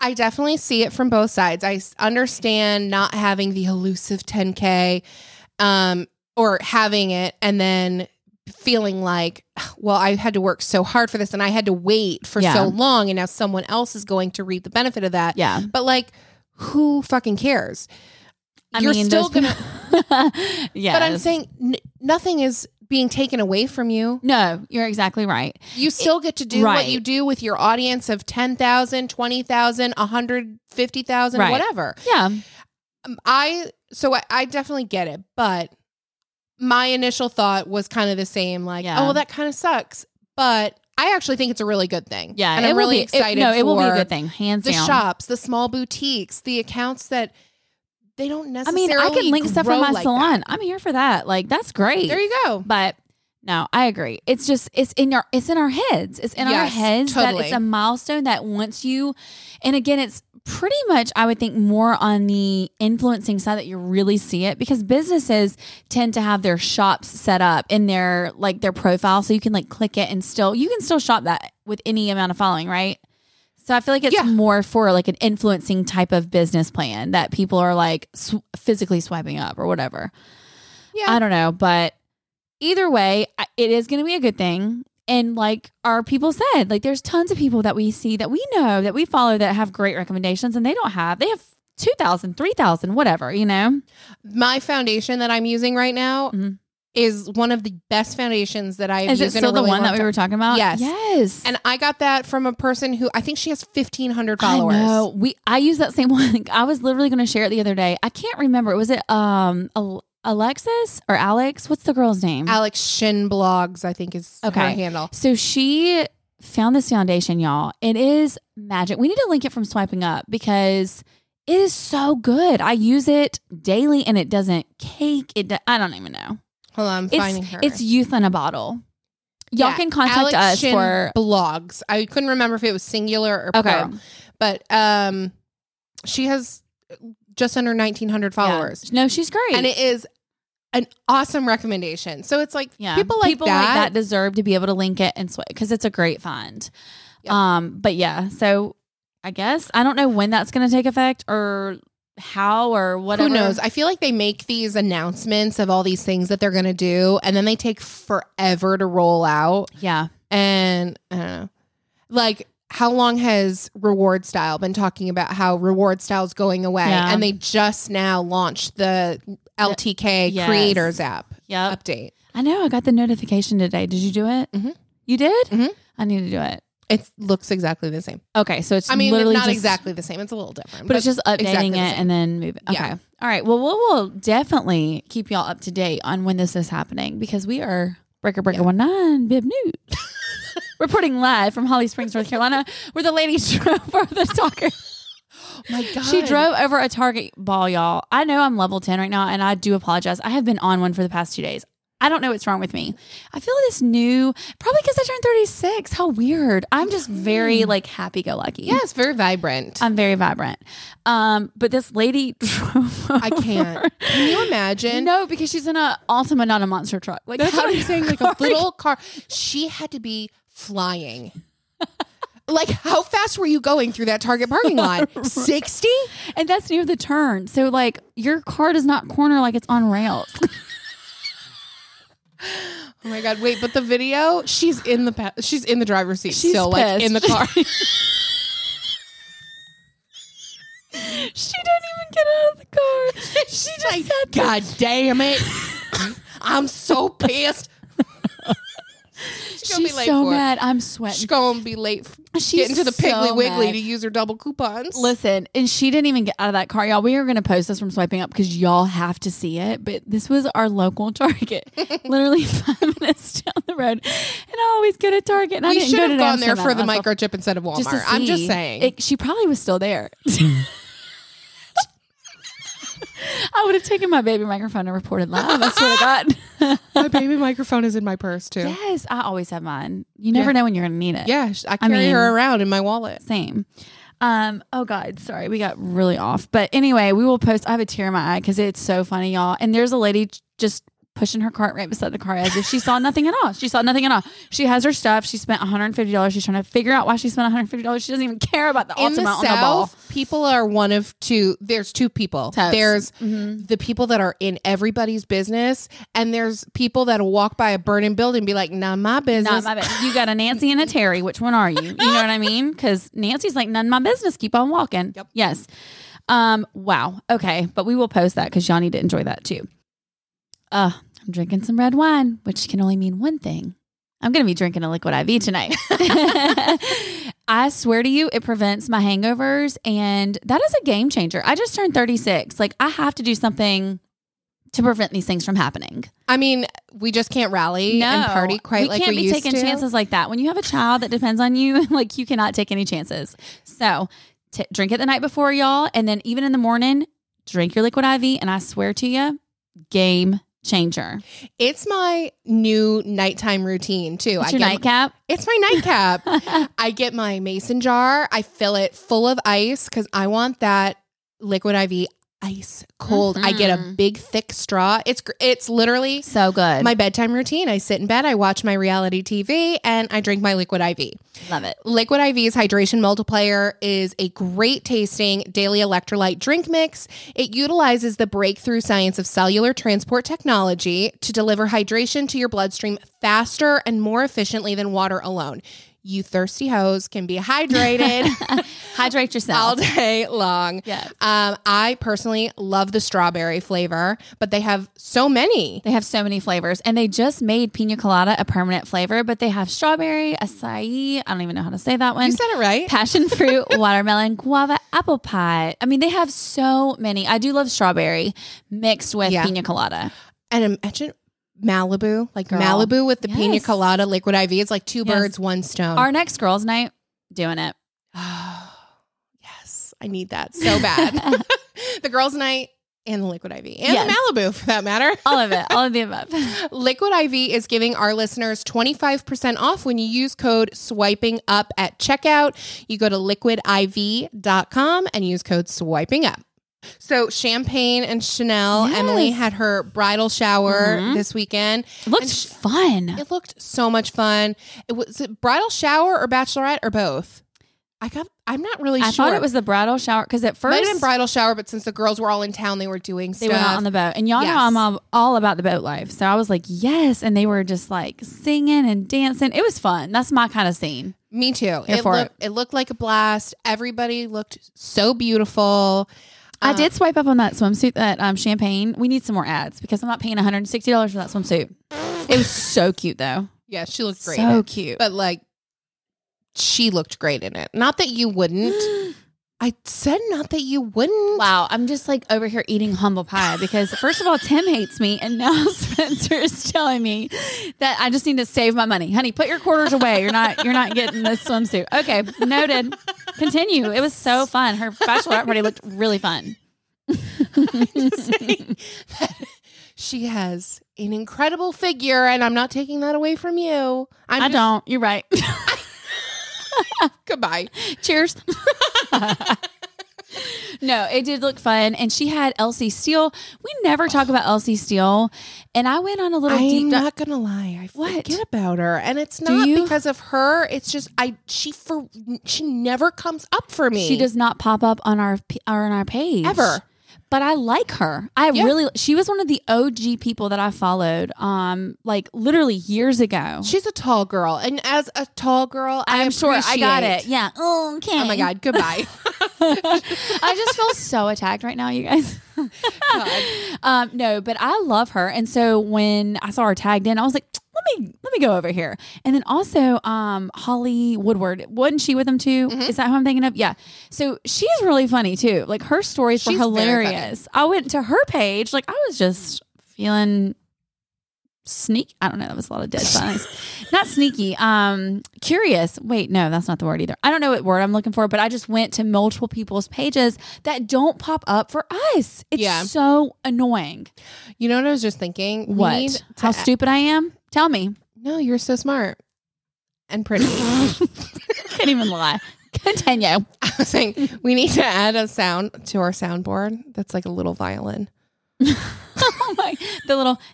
[SPEAKER 3] I definitely see it from both sides. I s- understand not having the elusive 10K um, or having it and then feeling like, well, I had to work so hard for this and I had to wait for
[SPEAKER 2] Yeah.
[SPEAKER 3] so long and now someone else is going to reap the benefit of that.
[SPEAKER 2] Yeah.
[SPEAKER 3] But like, who fucking cares? You're still
[SPEAKER 2] those
[SPEAKER 3] gonna,
[SPEAKER 2] people- (laughs) yes.
[SPEAKER 3] but I'm saying n- nothing is being taken away from you.
[SPEAKER 2] no. You're exactly right.
[SPEAKER 3] You still get to do
[SPEAKER 2] right.
[SPEAKER 3] what you do with your audience of 10,000, 20,000, 150,000,
[SPEAKER 2] Right.
[SPEAKER 3] whatever.
[SPEAKER 2] Yeah.
[SPEAKER 3] Um, I so I, I definitely get it, but my initial thought was kind of the same, like,
[SPEAKER 2] Yeah.
[SPEAKER 3] oh, well, that kind of sucks. But I actually think it's a really good thing.
[SPEAKER 2] Yeah.
[SPEAKER 3] and I'm
[SPEAKER 2] will
[SPEAKER 3] really
[SPEAKER 2] be-
[SPEAKER 3] excited.
[SPEAKER 2] It, no, it will be a
[SPEAKER 3] for
[SPEAKER 2] good thing, hands
[SPEAKER 3] The
[SPEAKER 2] down.
[SPEAKER 3] shops, the small boutiques, the accounts that they don't
[SPEAKER 2] I
[SPEAKER 3] necessarily.
[SPEAKER 2] mean, I can link stuff
[SPEAKER 3] grow
[SPEAKER 2] from my
[SPEAKER 3] like
[SPEAKER 2] salon. I'm here for that. Like that's great.
[SPEAKER 3] that. There you go.
[SPEAKER 2] but no, I agree. It's just it's in our it's in our heads. It's in our
[SPEAKER 3] Yes,
[SPEAKER 2] heads that
[SPEAKER 3] totally.
[SPEAKER 2] it's a milestone that once you and again it's pretty much I would think more on the influencing side that you really see it because businesses tend to have their shops set up in their like their profile so you can like click it and still you can still shop that with any amount of following, right? So I feel like it's
[SPEAKER 3] Yeah.
[SPEAKER 2] more for like an influencing type of business plan that people are like sw- physically swiping up or whatever.
[SPEAKER 3] Yeah.
[SPEAKER 2] I don't know, but either way, I- it is going to be a good thing. And like our people said, like there's tons of people that we see that we know that we follow that have great recommendations and they don't have. They have 2,000, 3,000, whatever, you know?
[SPEAKER 3] My foundation that I'm using right now
[SPEAKER 2] Mhm.
[SPEAKER 3] is one of the best foundations that I've
[SPEAKER 2] Is it
[SPEAKER 3] used in a
[SPEAKER 2] still the
[SPEAKER 3] really
[SPEAKER 2] one
[SPEAKER 3] long
[SPEAKER 2] that we
[SPEAKER 3] time.
[SPEAKER 2] were talking about?
[SPEAKER 3] Yes.
[SPEAKER 2] Yes.
[SPEAKER 3] And I got that from a person who I think she has 1,500 followers.
[SPEAKER 2] I know. We I use that same (laughs) one. I was literally going to share it the other day. I can't remember. Was it um Al- Alexis or Alex? What's the girl's name?
[SPEAKER 3] Alex Shin blogs, I think is her
[SPEAKER 2] Mm-hmm. Okay.
[SPEAKER 3] handle.
[SPEAKER 2] So she found this foundation, y'all. It is magic. We need to link it from swiping up because it is so good. I use it daily, and it doesn't cake. It. do- I don't even know.
[SPEAKER 3] Hold on, I'm finding
[SPEAKER 2] It's
[SPEAKER 3] her.
[SPEAKER 2] it's youth in a bottle. Y'all
[SPEAKER 3] Yeah,
[SPEAKER 2] can contact
[SPEAKER 3] Alex
[SPEAKER 2] us
[SPEAKER 3] Shin
[SPEAKER 2] for
[SPEAKER 3] blogs. I couldn't remember if it was singular or
[SPEAKER 2] okay.
[SPEAKER 3] plural, but um, she has just under 1,900 followers,
[SPEAKER 2] Yeah. No, she's great.
[SPEAKER 3] and it is an awesome recommendation. So it's like
[SPEAKER 2] yeah,
[SPEAKER 3] people like that.
[SPEAKER 2] deserve to be able to link it and swipe because it's a great find.
[SPEAKER 3] Yep.
[SPEAKER 2] Um, but yeah, so I guess I don't know when that's going to take effect or how or whatever.
[SPEAKER 3] Who knows? I feel like they make these announcements of all these things that they're going to do, and then they take forever to roll out.
[SPEAKER 2] Yeah.
[SPEAKER 3] and I don't know, like how long has Reward Style been talking about how Reward Style's going away,
[SPEAKER 2] Yeah.
[SPEAKER 3] and they just now launched the LTK
[SPEAKER 2] Yes. Uh,
[SPEAKER 3] Creators app
[SPEAKER 2] Yep.
[SPEAKER 3] update.
[SPEAKER 2] I know I got the notification today. Did you do it?
[SPEAKER 3] Mhm.
[SPEAKER 2] You did?
[SPEAKER 3] Mhm.
[SPEAKER 2] I need to do it.
[SPEAKER 3] It looks exactly the same.
[SPEAKER 2] Okay, so it's
[SPEAKER 3] I mean,
[SPEAKER 2] literally
[SPEAKER 3] not
[SPEAKER 2] just,
[SPEAKER 3] exactly the same. It's a little different,
[SPEAKER 2] but, it's just updating
[SPEAKER 3] exactly
[SPEAKER 2] it
[SPEAKER 3] the same.
[SPEAKER 2] and then moving. Okay,
[SPEAKER 3] Yeah.
[SPEAKER 2] all right. Well, we'll we'll definitely keep y'all up to date on when this is happening because we are breaker breaker
[SPEAKER 3] Yeah.
[SPEAKER 2] one nine bib news.
[SPEAKER 3] (laughs)
[SPEAKER 2] Reporting live from Holly Springs, North Carolina, where the lady (laughs) drove over the soccer.
[SPEAKER 3] oh my God,
[SPEAKER 2] She drove over a Target ball, y'all. I know I'm level 10 right now, and I do apologize. I have been on one for the past two days. I don't know what's wrong with me. I feel this new, probably because I turned 36. How weird. I'm just very like happy go lucky.
[SPEAKER 3] Yeah, it's
[SPEAKER 2] (laughs)
[SPEAKER 3] very vibrant.
[SPEAKER 2] I'm very vibrant. Um, but this lady (laughs) drove
[SPEAKER 3] I
[SPEAKER 2] (laughs)
[SPEAKER 3] can't. Can you imagine?
[SPEAKER 2] No, because she's in a Altima, not a monster truck. Like
[SPEAKER 3] That's
[SPEAKER 2] how
[SPEAKER 3] what
[SPEAKER 2] do
[SPEAKER 3] I'm
[SPEAKER 2] you
[SPEAKER 3] saying. Like a
[SPEAKER 2] (laughs) car-
[SPEAKER 3] little car. She had to be
[SPEAKER 2] (laughs)
[SPEAKER 3] flying. like, how fast were you going through that Target
[SPEAKER 2] (laughs)
[SPEAKER 3] parking lot? 60?
[SPEAKER 2] and that's near the turn. So like your car does not corner like it's on rails. (laughs)
[SPEAKER 3] Oh my God. Wait, but the video, she's in the pa- she's in the driver's seat
[SPEAKER 2] She's
[SPEAKER 3] still, like
[SPEAKER 2] pissed.
[SPEAKER 3] in the
[SPEAKER 2] (laughs)
[SPEAKER 3] car.
[SPEAKER 2] she didn't even get out of the car. She just
[SPEAKER 3] like,
[SPEAKER 2] said
[SPEAKER 3] God damn it. (laughs) I'm so pissed. she's gonna
[SPEAKER 2] She's
[SPEAKER 3] be late
[SPEAKER 2] so
[SPEAKER 3] for it.
[SPEAKER 2] mad. I'm
[SPEAKER 3] She's
[SPEAKER 2] sweating.
[SPEAKER 3] going to be late f-
[SPEAKER 2] She's
[SPEAKER 3] getting to the Piggly
[SPEAKER 2] so
[SPEAKER 3] Wiggly
[SPEAKER 2] mad.
[SPEAKER 3] to use her double coupons.
[SPEAKER 2] Listen, and she didn't even get out of that car, y'all. We are going to post this from swiping up because y'all have to see it. But this was our local (laughs)
[SPEAKER 3] (laughs)
[SPEAKER 2] Target, literally five minutes down the road. And I always go to Target. And I
[SPEAKER 3] we
[SPEAKER 2] didn't
[SPEAKER 3] should
[SPEAKER 2] go
[SPEAKER 3] have
[SPEAKER 2] today. I'm
[SPEAKER 3] gone
[SPEAKER 2] so
[SPEAKER 3] there
[SPEAKER 2] mad
[SPEAKER 3] for
[SPEAKER 2] at
[SPEAKER 3] the
[SPEAKER 2] myself.
[SPEAKER 3] microchip instead of Walmart.
[SPEAKER 2] Just to
[SPEAKER 3] I'm just
[SPEAKER 2] see.
[SPEAKER 3] saying.
[SPEAKER 2] It- she probably was still
[SPEAKER 3] (laughs)
[SPEAKER 2] there. (laughs) I would have taken my baby microphone and reported live. I swear to God.
[SPEAKER 3] (laughs) my baby microphone is in my purse too.
[SPEAKER 2] (laughs) Yes, I always have mine. You never
[SPEAKER 3] Yeah.
[SPEAKER 2] know when you're going to need it.
[SPEAKER 3] Yeah, sh- I carry
[SPEAKER 2] mean-
[SPEAKER 3] her around in my wallet.
[SPEAKER 2] Same. Um, oh God, sorry, we got really off. But anyway, we will post. I have a tear in my eye because it's so funny, y'all. And there's a lady j- just pushing her cart right beside the car as if she saw nothing at all. She saw nothing at all. She has her stuff. She spent $150. She's trying to figure out why she spent $150. She doesn't even care about the
[SPEAKER 3] In
[SPEAKER 2] ultimate
[SPEAKER 3] the
[SPEAKER 2] on the ball.
[SPEAKER 3] South, people are one of two. There's two people.
[SPEAKER 2] Totes.
[SPEAKER 3] There's
[SPEAKER 2] Mm-hmm.
[SPEAKER 3] the people that are in everybody's business, and there's people that'll walk by a burning building and be like, "Not my
[SPEAKER 2] Not
[SPEAKER 3] business."
[SPEAKER 2] my business. You got a Nancy and a Terry. Which one are you? You know what I
[SPEAKER 3] (laughs)
[SPEAKER 2] mean? Because Nancy's like, none of my business. Keep on walking.
[SPEAKER 3] Yep.
[SPEAKER 2] Yes. Um. Wow. Okay. But we will post that because y'all need to enjoy that too. Uh, I'm drinking some red wine, which can only mean one thing. I'm gonna be drinking a liquid IV tonight. (laughs) I swear to you, it prevents my hangovers, and that is a game changer. I just turned 36. Like I have to do something to prevent these things from happening
[SPEAKER 3] I mean, we just can't rally and party quite
[SPEAKER 2] we
[SPEAKER 3] like
[SPEAKER 2] can't be
[SPEAKER 3] we used
[SPEAKER 2] taking
[SPEAKER 3] to.
[SPEAKER 2] chances like that. When you have a child that depends on you, (laughs) like you cannot take any chances. So t- drink it the night before, y'all, and then even in the morning, drink your liquid IV. And I swear to you, game changer.
[SPEAKER 3] It's my new nighttime routine too.
[SPEAKER 2] It's your
[SPEAKER 3] I get
[SPEAKER 2] nightcap.
[SPEAKER 3] It's my nightcap.
[SPEAKER 2] (laughs)
[SPEAKER 3] (laughs) I get my mason jar. I fill it full of ice because I want that liquid IV ice cold. I get a
[SPEAKER 2] Mhm.
[SPEAKER 3] big thick straw. It's gr- it's literally
[SPEAKER 2] So good.
[SPEAKER 3] my bedtime routine. I sit in bed, I watch my reality TV, and I drink my liquid IV.
[SPEAKER 2] (laughs) Love it.
[SPEAKER 3] Liquid IV's hydration multiplier is a great tasting daily electrolyte drink mix. It utilizes the breakthrough science of cellular transport technology to deliver hydration to your bloodstream faster and more efficiently than water alone. You thirsty hoes can be hydrated
[SPEAKER 2] Hydrate yourself.
[SPEAKER 3] all day long.
[SPEAKER 2] Yes.
[SPEAKER 3] Um, I personally love the strawberry flavor, but they have so many.
[SPEAKER 2] They have so many flavors, and they just made pina colada a permanent flavor. But they have strawberry, acai. I don't even know how to say that one.
[SPEAKER 3] You said it right.
[SPEAKER 2] passion (laughs) fruit, watermelon, guava, apple pie. I mean, they have so many. I do love strawberry mixed with
[SPEAKER 3] Yeah.
[SPEAKER 2] pina colada.
[SPEAKER 3] and imagine Malibu, like
[SPEAKER 2] Girl.
[SPEAKER 3] Malibu with the pina
[SPEAKER 2] Yes.
[SPEAKER 3] colada liquid IV. It's like two
[SPEAKER 2] Yes.
[SPEAKER 3] birds, one stone.
[SPEAKER 2] Our next girls' night, doing it.
[SPEAKER 3] (sighs) yes, I need that
[SPEAKER 2] (laughs)
[SPEAKER 3] so bad. the girls' night and the liquid IV and
[SPEAKER 2] Yes.
[SPEAKER 3] the Malibu for that matter.
[SPEAKER 2] All of it. All of the (laughs) above.
[SPEAKER 3] Liquid IV is giving our listeners 25% off when you use code swiping up at checkout. You go to liquidiv.com and use code swiping up. So, Champagne and Chanel,
[SPEAKER 2] Yes.
[SPEAKER 3] Emily had her bridal shower
[SPEAKER 2] Mhm.
[SPEAKER 3] this weekend.
[SPEAKER 2] It looked
[SPEAKER 3] And sh-
[SPEAKER 2] fun.
[SPEAKER 3] It looked so much fun. It was it bridal shower or bachelorette or both. I got. I'm not really
[SPEAKER 2] I
[SPEAKER 3] sure.
[SPEAKER 2] thought it was the bridal shower because at
[SPEAKER 3] Might
[SPEAKER 2] first
[SPEAKER 3] have been bridal shower, but since the girls were all in town, they were doing
[SPEAKER 2] they
[SPEAKER 3] stuff.
[SPEAKER 2] went out on the boat, and y'all
[SPEAKER 3] Yes.
[SPEAKER 2] know I'm all- all about the boat life. So I was like, yes, and they were just like singing and dancing. It was fun. That's my kind of scene.
[SPEAKER 3] Me too.
[SPEAKER 2] Here
[SPEAKER 3] It,
[SPEAKER 2] for
[SPEAKER 3] look, it. looked like a blast. Everybody looked so beautiful. Uh,
[SPEAKER 2] I did swipe up on that swimsuit, that um, champagne. We need some more ads because I'm not paying $160 for that swimsuit. It was so cute though.
[SPEAKER 3] Yeah, she looked great. in
[SPEAKER 2] So
[SPEAKER 3] it.
[SPEAKER 2] cute.
[SPEAKER 3] But like, she looked great in it. Not that
[SPEAKER 2] (gasps)
[SPEAKER 3] you wouldn't. I said not that you wouldn't.
[SPEAKER 2] Wow, I'm just like over here eating humble pie because first of all, Tim hates me, and now (laughs) Spencer is telling me that I just need to save my money. Honey, put your quarters away. You're not you're not getting this swimsuit. Okay, noted. Continue. It was so fun. Her bachelorette party looked really fun.
[SPEAKER 3] She has an incredible figure, and I'm not taking that away from you. I'm
[SPEAKER 2] I
[SPEAKER 3] just-
[SPEAKER 2] don't. You're right. (laughs)
[SPEAKER 3] Goodbye.
[SPEAKER 2] Cheers. no, it did look fun. And she had Elsie Steele. We never talk about Elsie Steele. And I went on a little
[SPEAKER 3] I'm
[SPEAKER 2] deep dive.
[SPEAKER 3] not gonna lie. I
[SPEAKER 2] What?
[SPEAKER 3] forget about her, and it's
[SPEAKER 2] Do
[SPEAKER 3] not
[SPEAKER 2] you?
[SPEAKER 3] because of her. It's just I. She for she never comes up for me.
[SPEAKER 2] She does not pop up on our p- on our page
[SPEAKER 3] Ever.
[SPEAKER 2] But I like her. I
[SPEAKER 3] Yeah.
[SPEAKER 2] really. She was one of the OG people that I followed. Um, like literally years ago.
[SPEAKER 3] She's a tall girl, and as a tall girl, I
[SPEAKER 2] I'm sure I got it.
[SPEAKER 3] appreciate-
[SPEAKER 2] Yeah. Okay.
[SPEAKER 3] Oh my god! Goodbye.
[SPEAKER 2] (laughs) I just feel so attacked right now, you guys. um, no, but I love her, and so when I saw her tagged in, I was like, let me let me go over here. And then also, um, Holly Woodward wasn't she with them too?
[SPEAKER 3] Mm-hmm.
[SPEAKER 2] Is that who I'm thinking of? Yeah. So she's really funny too. Like her stories were
[SPEAKER 3] She's very funny.
[SPEAKER 2] hilarious. I went to her page, like I was just feeling sneak i don't know that was a lot of
[SPEAKER 3] (laughs)
[SPEAKER 2] dead silence not sneaky um curious wait no that's not the word either i don't know what word i'm looking for but i just went to multiple people's pages that don't pop up for us it's
[SPEAKER 3] Yeah.
[SPEAKER 2] so annoying
[SPEAKER 3] you know what I was just thinking? We need
[SPEAKER 2] what
[SPEAKER 3] to
[SPEAKER 2] how stupid i am tell me
[SPEAKER 3] No, you're so smart
[SPEAKER 2] (laughs)
[SPEAKER 3] and pretty.
[SPEAKER 2] can't even lie (laughs) continue
[SPEAKER 3] I was saying we need to add a sound to our soundboard that's like a little violin.
[SPEAKER 2] oh my the little (laughs)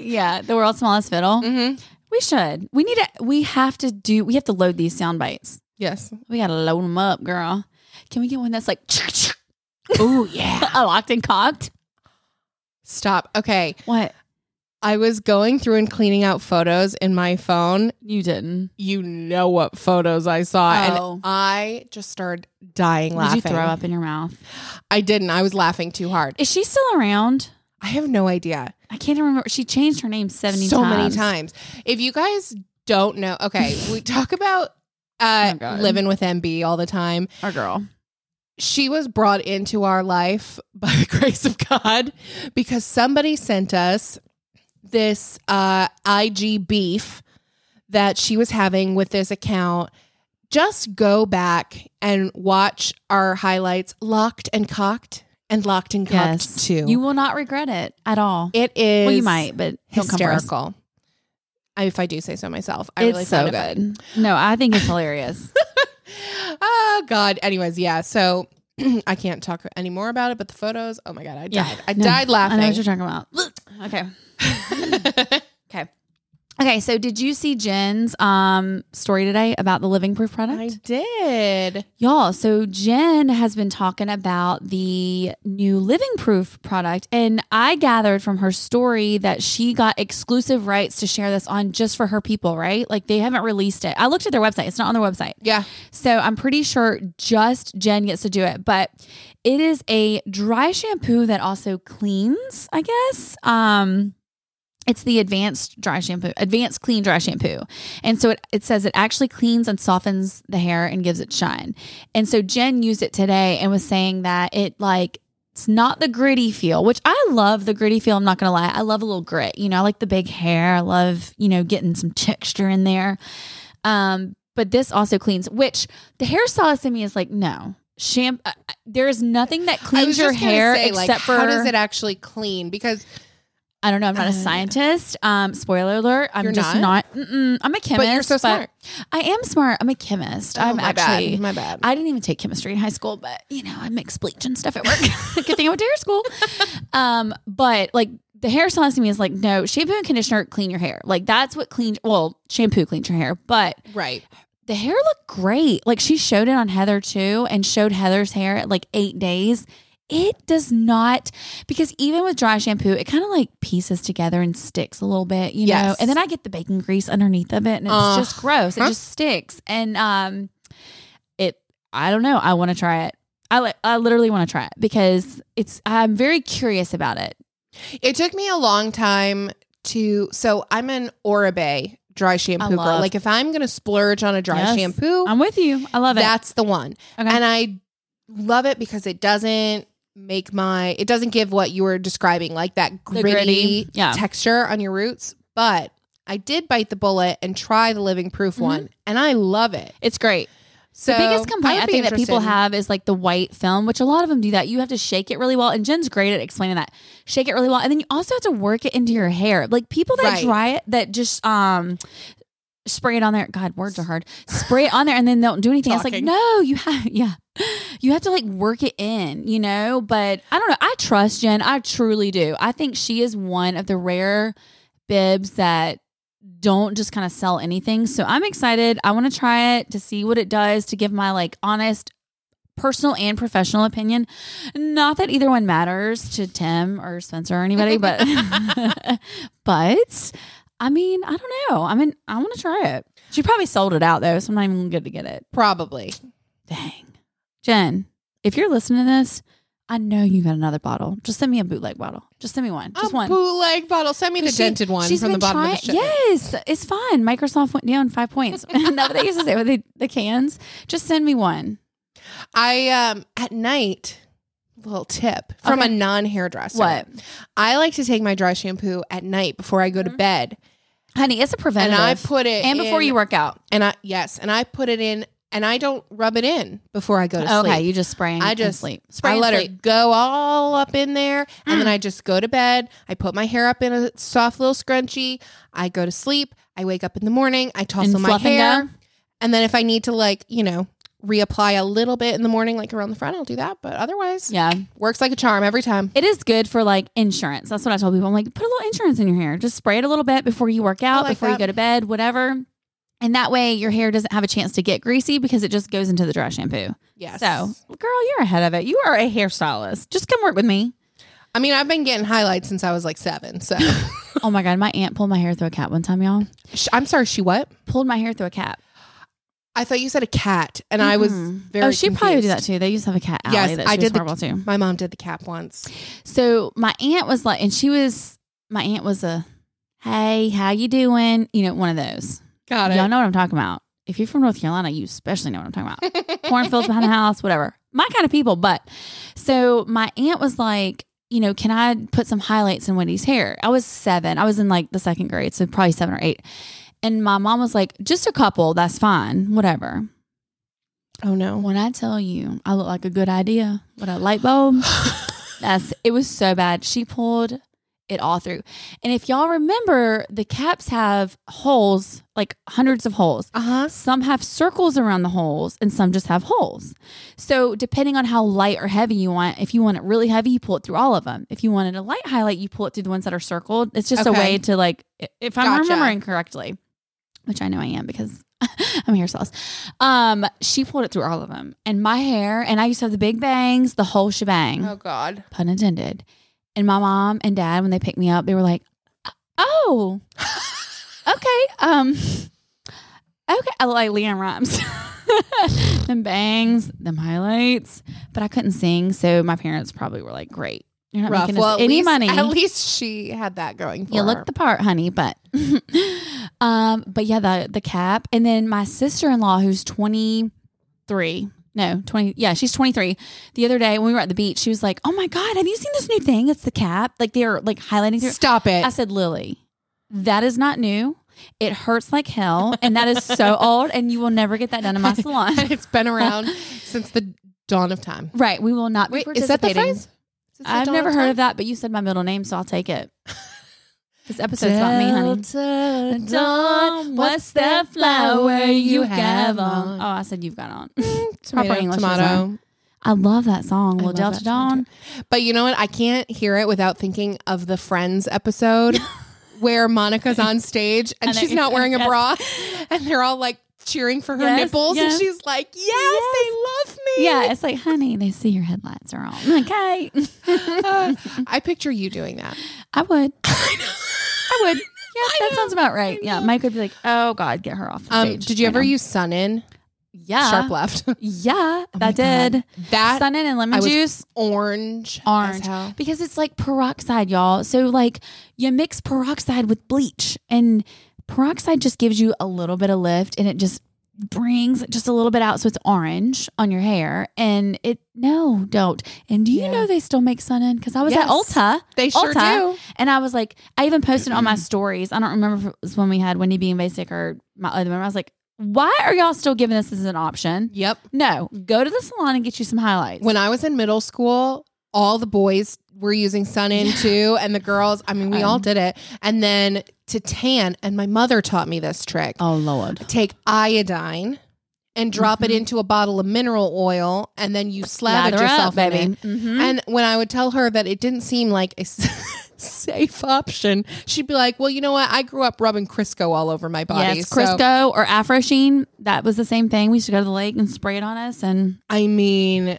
[SPEAKER 2] yeah the world's smallest fiddle
[SPEAKER 3] Mm-hmm.
[SPEAKER 2] we should we need to we have to do we have to load these sound bites
[SPEAKER 3] Yes.
[SPEAKER 2] we gotta load them up girl can we get one that's like (laughs)
[SPEAKER 3] Oh yeah.
[SPEAKER 2] a locked and cocked
[SPEAKER 3] Stop. Okay.
[SPEAKER 2] what
[SPEAKER 3] I was going through and cleaning out photos in my phone.
[SPEAKER 2] You didn't.
[SPEAKER 3] You know what photos I saw,
[SPEAKER 2] Oh.
[SPEAKER 3] and I just started dying laughing.
[SPEAKER 2] Did you throw up in your mouth?
[SPEAKER 3] I didn't. I was laughing too hard.
[SPEAKER 2] Is she still around?
[SPEAKER 3] I have no idea.
[SPEAKER 2] I can't remember. She changed her name seventy
[SPEAKER 3] so
[SPEAKER 2] times.
[SPEAKER 3] many times. If you guys don't know, okay, we talk about
[SPEAKER 2] Oh,
[SPEAKER 3] uh,
[SPEAKER 2] God.
[SPEAKER 3] living with MB all the time.
[SPEAKER 2] Our girl.
[SPEAKER 3] She was brought into our life (laughs) by the grace of God because somebody sent us this uh, IG beef that she was having with this account. Just go back and watch our highlights, locked and cocked, and locked and cocked
[SPEAKER 2] Yes.
[SPEAKER 3] too.
[SPEAKER 2] You will not regret it at all.
[SPEAKER 3] it is
[SPEAKER 2] well, you might, but don't come for us.
[SPEAKER 3] hysterical. I- if I do say so myself, I
[SPEAKER 2] It's
[SPEAKER 3] really
[SPEAKER 2] so
[SPEAKER 3] found it
[SPEAKER 2] good.
[SPEAKER 3] funny.
[SPEAKER 2] No, I think it's hilarious.
[SPEAKER 3] Oh God. Anyways, yeah. So (clears throat) I can't talk any more about it, but the photos. Oh my God, I died. (laughs) I
[SPEAKER 2] No,
[SPEAKER 3] died
[SPEAKER 2] I know what
[SPEAKER 3] laughing.
[SPEAKER 2] you're talking
[SPEAKER 3] (laughs)
[SPEAKER 2] about. okay. Okay. Okay. So, did you see Jen's um story today about the Living Proof product?
[SPEAKER 3] I did.
[SPEAKER 2] Y'all, so Jen has been talking about the new Living Proof product, and I gathered from her story that she got exclusive rights to share this on just for her people, right? Like they haven't released it. I looked at their website, it's not on their website.
[SPEAKER 3] Yeah.
[SPEAKER 2] So I'm pretty sure just Jen gets to do it, but it is a dry shampoo that also cleans, I guess. Um it's the advanced dry shampoo, advanced clean dry shampoo. And so it, it says it actually cleans and softens the hair and gives it shine. And so Jen used it today and was saying that it like it's not the gritty feel, which I love the gritty feel. I'm not going to lie. I love a little grit. You know, I like the big hair. I love, you know, getting some texture in there. Um, but this also cleans, which the hairstylist in me is like, no, shampoo. Uh, uh, there is nothing that
[SPEAKER 3] I
[SPEAKER 2] cleans your
[SPEAKER 3] just gonna
[SPEAKER 2] hair
[SPEAKER 3] say,
[SPEAKER 2] except
[SPEAKER 3] like,
[SPEAKER 2] for
[SPEAKER 3] how does it actually clean? Because
[SPEAKER 2] I don't know. I'm not
[SPEAKER 3] Uh,
[SPEAKER 2] a scientist. Um, spoiler alert. I'm
[SPEAKER 3] You're
[SPEAKER 2] just
[SPEAKER 3] not?
[SPEAKER 2] not. mm-mm, I'm a chemist.
[SPEAKER 3] but you're so smart.
[SPEAKER 2] I am smart. I'm a chemist.
[SPEAKER 3] Oh,
[SPEAKER 2] I'm
[SPEAKER 3] my
[SPEAKER 2] actually.
[SPEAKER 3] bad. My bad.
[SPEAKER 2] I didn't even take chemistry in high school, but you know, I mixed bleach and stuff at
[SPEAKER 3] (laughs)
[SPEAKER 2] work. (laughs) Good thing I went to hair school. Um, but like the hair salon to me is like, no, shampoo and conditioner clean your hair. Like that's what cleans. Well, shampoo cleans your hair, but
[SPEAKER 3] right.
[SPEAKER 2] the hair looked great. Like she showed it on Heather too, and showed Heather's hair at like eight days. It does not because even with dry shampoo, it kind of like pieces together and sticks a little bit, you know.
[SPEAKER 3] Yes.
[SPEAKER 2] And then I get the bacon grease underneath of it, and it's
[SPEAKER 3] Uh,
[SPEAKER 2] just gross. It
[SPEAKER 3] huh?
[SPEAKER 2] just sticks, and um, it. I don't know. I want to try it. I I li- I literally want to try it because it's I'm very curious about it.
[SPEAKER 3] It took me a long time to. So I'm an Oribe dry shampoo girl.
[SPEAKER 2] love-
[SPEAKER 3] Like if I'm gonna splurge on a dry
[SPEAKER 2] Yes.
[SPEAKER 3] shampoo,
[SPEAKER 2] I'm with you. I love it.
[SPEAKER 3] Oh. that's the one.
[SPEAKER 2] Okay.
[SPEAKER 3] And I love it because it doesn't make my it doesn't give what you were describing like that
[SPEAKER 2] The
[SPEAKER 3] gritty,
[SPEAKER 2] gritty, yeah.
[SPEAKER 3] texture on your roots, but I did bite the bullet and try the living proof one and I love it.
[SPEAKER 2] it's great.
[SPEAKER 3] So
[SPEAKER 2] Mm-hmm. the biggest complaint
[SPEAKER 3] would
[SPEAKER 2] I
[SPEAKER 3] be
[SPEAKER 2] think that people
[SPEAKER 3] interested.
[SPEAKER 2] have is like the white film, which a lot of them do that. You have to shake it really well, and Jen's great at explaining that. Shake it really well, and then you also have to work it into your hair. Like people that
[SPEAKER 3] Right.
[SPEAKER 2] dry it, that just um spray it on there. God, words are hard. Spray it on there, and then they don't do anything. It's like
[SPEAKER 3] Talking.
[SPEAKER 2] no, you have yeah, you have to like work it in, you know. But I don't know. I trust Jen. I truly do. I think she is one of the rare bibs that don't just kind of sell anything. So I'm excited. I want to try it to see what it does to give my like honest personal and professional opinion. Not that either one matters to Tim or Spencer or anybody, but (laughs) but I mean, I don't know. I mean, I want to try it. She probably sold it out though, so I'm not even good to get it.
[SPEAKER 3] probably.
[SPEAKER 2] Dang. Jen, if you're listening to this, I know you got another bottle. Just send me a bootleg bottle. Just send me one. Just
[SPEAKER 3] a
[SPEAKER 2] one.
[SPEAKER 3] bootleg bottle. Send me the
[SPEAKER 2] She-
[SPEAKER 3] dented one
[SPEAKER 2] she's
[SPEAKER 3] from the
[SPEAKER 2] been
[SPEAKER 3] bottom of the
[SPEAKER 2] trying-
[SPEAKER 3] ship.
[SPEAKER 2] Yes, it's fine. Microsoft went down five points. (laughs) now that I use it with the, the cans, just send me one.
[SPEAKER 3] I um at night, little tip from
[SPEAKER 2] Okay.
[SPEAKER 3] a non hairdresser.
[SPEAKER 2] What?
[SPEAKER 3] I like to take my dry shampoo at night before I go
[SPEAKER 2] Mm-hmm.
[SPEAKER 3] to bed,
[SPEAKER 2] Honey, it's a
[SPEAKER 3] and
[SPEAKER 2] preventative.
[SPEAKER 3] I put it
[SPEAKER 2] And before
[SPEAKER 3] in-
[SPEAKER 2] you work out.
[SPEAKER 3] and I yes, and I put it in, and I don't rub it in before I go to sleep.
[SPEAKER 2] Okay, you just spray and,
[SPEAKER 3] I
[SPEAKER 2] and
[SPEAKER 3] just
[SPEAKER 2] sleep. Spray Mm.
[SPEAKER 3] I
[SPEAKER 2] and
[SPEAKER 3] let
[SPEAKER 2] sleep.
[SPEAKER 3] it go all up in there, and then I just go to bed. I put my hair up in a soft little scrunchie. I go to sleep. I wake up in the morning. I toss
[SPEAKER 2] And
[SPEAKER 3] on my
[SPEAKER 2] fluff and
[SPEAKER 3] hair,
[SPEAKER 2] go?
[SPEAKER 3] and then if I need to, like you know, reapply a little bit in the morning, like around the front, I'll do that. But otherwise,
[SPEAKER 2] Yeah.
[SPEAKER 3] works like a charm every time.
[SPEAKER 2] It is good for like insurance. That's what I told people. I'm like, put a little insurance in your hair. Just spray it a little bit before you work out,
[SPEAKER 3] like
[SPEAKER 2] before you
[SPEAKER 3] that.
[SPEAKER 2] go to bed, whatever. And that way your hair doesn't have a chance to get greasy because it just goes into the dry shampoo.
[SPEAKER 3] Yes.
[SPEAKER 2] So, girl, you're ahead of it. You are a hairstylist. Just come work with me.
[SPEAKER 3] I mean, I've been getting highlights since I was like
[SPEAKER 2] (laughs)
[SPEAKER 3] seven. So
[SPEAKER 2] Oh my god, my aunt pulled my hair through a cat one time, y'all.
[SPEAKER 3] Sh- I'm sorry, she what?
[SPEAKER 2] Pulled my hair through a cat.
[SPEAKER 3] I thought you said a cat, and I was
[SPEAKER 2] Mm-mm.
[SPEAKER 3] very.
[SPEAKER 2] oh, she probably would do that
[SPEAKER 3] confused.
[SPEAKER 2] too. They used to have a cat alley
[SPEAKER 3] Yes,
[SPEAKER 2] that she
[SPEAKER 3] I
[SPEAKER 2] was
[SPEAKER 3] did the-
[SPEAKER 2] horrible too.
[SPEAKER 3] My mom did the cat once.
[SPEAKER 2] So my aunt was like, and she was my aunt was a, hey, how you doing? You know, one of those.
[SPEAKER 3] Got
[SPEAKER 2] Y'all know what I'm talking about. If you're from North Carolina, you especially know what I'm talking about. cornfields behind the house, whatever. My kind of people. But so my aunt was like, you know, can I put some highlights in Wendy's hair? I was seven. I was in like the second grade, so probably seven or eight. And my mom was like, just a couple, that's fine, whatever. (laughs)
[SPEAKER 3] oh no!
[SPEAKER 2] When I tell you I look like a good idea with a light bulb, that's it was so bad. She pulled it all through. And if y'all remember, the caps have holes, like hundreds of holes.
[SPEAKER 3] Uh huh.
[SPEAKER 2] Some have circles around the holes and some just have holes. So, depending on how light or heavy you want, if you want it really heavy, you pull it through all of them. If you wanted a light highlight, you pull it through the ones that are circled. It's just
[SPEAKER 3] Okay.
[SPEAKER 2] a way to, like, i- if I'm
[SPEAKER 3] Gotcha.
[SPEAKER 2] remembering correctly, which I know I am because (laughs) I'm a hair sauce. Um, she pulled it through all of them. And my hair, and I used to have the big bangs, the whole shebang
[SPEAKER 3] Oh god.
[SPEAKER 2] pun intended. And my mom and dad, when they picked me up, they were like, "Oh, okay, um, okay." I look like Leanne Rhymes. (laughs) them bangs, them highlights, but I couldn't sing, so my parents probably were like, "Great, you're not
[SPEAKER 3] Rough.
[SPEAKER 2] making us
[SPEAKER 3] Well, at
[SPEAKER 2] any
[SPEAKER 3] least,
[SPEAKER 2] money.
[SPEAKER 3] At least she had that going. For
[SPEAKER 2] you
[SPEAKER 3] her.
[SPEAKER 2] look the part, honey." But, (laughs) um, but yeah, the the cap, and then my sister in law, who's twenty three. No, 20. Yeah, she's 23. The other day when we were at the beach, she was like, Oh my God, have you seen this new thing? It's the cap. Like they're like highlighting. Through.
[SPEAKER 3] Stop it.
[SPEAKER 2] I said, Lily, that is not new. It hurts like hell. And that is
[SPEAKER 3] (laughs)
[SPEAKER 2] so old. And you will never get that done in my salon.
[SPEAKER 3] (laughs)
[SPEAKER 2] (laughs)
[SPEAKER 3] it's (laughs) been around since the dawn of time.
[SPEAKER 2] right. We will not be
[SPEAKER 3] Wait, is that the
[SPEAKER 2] participating.
[SPEAKER 3] phrase? Since the
[SPEAKER 2] I've
[SPEAKER 3] dawn
[SPEAKER 2] never heard of
[SPEAKER 3] time?
[SPEAKER 2] that, but you said my middle name, so I'll take
[SPEAKER 3] (laughs)
[SPEAKER 2] it. This episode's about me, honey.
[SPEAKER 3] Delta
[SPEAKER 2] Dawn, what's that flower you have on? Oh, I said you've got on. (laughs) Proper
[SPEAKER 3] Mm, Tomato,
[SPEAKER 2] English
[SPEAKER 3] tomato.
[SPEAKER 2] design. I love that song, Lil
[SPEAKER 3] love
[SPEAKER 2] Delta
[SPEAKER 3] that song,
[SPEAKER 2] Dawn.
[SPEAKER 3] But you know what? I can't hear it without thinking of the Friends
[SPEAKER 2] (laughs)
[SPEAKER 3] episode where Monica's on stage
[SPEAKER 2] I
[SPEAKER 3] and
[SPEAKER 2] know
[SPEAKER 3] she's
[SPEAKER 2] you-
[SPEAKER 3] not wearing a
[SPEAKER 2] yes.
[SPEAKER 3] bra and they're all like cheering for her
[SPEAKER 2] Yes,
[SPEAKER 3] nipples
[SPEAKER 2] yes.
[SPEAKER 3] and she's like, yes, they love me.
[SPEAKER 2] Yeah,
[SPEAKER 3] (laughs)
[SPEAKER 2] it's like, honey, they see your headlights are on. Okay. (laughs)
[SPEAKER 3] Uh, I picture you doing that.
[SPEAKER 2] I would. I
[SPEAKER 3] (laughs)
[SPEAKER 2] would. Yeah, that sounds about right. Yeah, Mike would be like, "Oh God, get her off the
[SPEAKER 3] Um,
[SPEAKER 2] stage."
[SPEAKER 3] did you
[SPEAKER 2] right
[SPEAKER 3] ever
[SPEAKER 2] now."
[SPEAKER 3] use Sun In?
[SPEAKER 2] Yeah.
[SPEAKER 3] Sharp left. (laughs) Oh
[SPEAKER 2] Yeah, that did.
[SPEAKER 3] That
[SPEAKER 2] Sun in and lemon
[SPEAKER 3] I was-
[SPEAKER 2] juice.
[SPEAKER 3] orange. as
[SPEAKER 2] Orange.
[SPEAKER 3] hell.
[SPEAKER 2] Because it's like peroxide, y'all. So like you mix peroxide with bleach and peroxide just gives you a little bit of lift and it just brings just a little bit out so it's orange on your hair and it no don't and do you
[SPEAKER 3] Yeah.
[SPEAKER 2] know they still make sun in because i was at
[SPEAKER 3] Yes.
[SPEAKER 2] ulta
[SPEAKER 3] They sure
[SPEAKER 2] Ulta.
[SPEAKER 3] do.
[SPEAKER 2] and i was like i even posted on
[SPEAKER 3] (clears throat)
[SPEAKER 2] my stories i don't remember if it was when we had wendy being basic or my other member i was like why are y'all still giving this as an option
[SPEAKER 3] Yep.
[SPEAKER 2] No, go to the salon and get you some highlights.
[SPEAKER 3] When I was in middle school, all the boys were using sun in too, and the girls. I mean, we
[SPEAKER 2] Um,
[SPEAKER 3] all did it. And then to tan, and my mother taught me this trick.
[SPEAKER 2] oh Lord,
[SPEAKER 3] Take iodine and drop it into a bottle of mineral oil, and then you slathered
[SPEAKER 2] Mm-hmm. Lather up,
[SPEAKER 3] yourself, in
[SPEAKER 2] baby. Mm-hmm.
[SPEAKER 3] it. And when I would tell her that it didn't seem like a (laughs) s- safe option, she'd be like, "Well, you know what? I grew up rubbing Crisco all over my body.
[SPEAKER 2] yes,
[SPEAKER 3] so-
[SPEAKER 2] Crisco or Afro Sheen. That was the same thing. We used to go to the lake and spray it on us. And
[SPEAKER 3] I mean,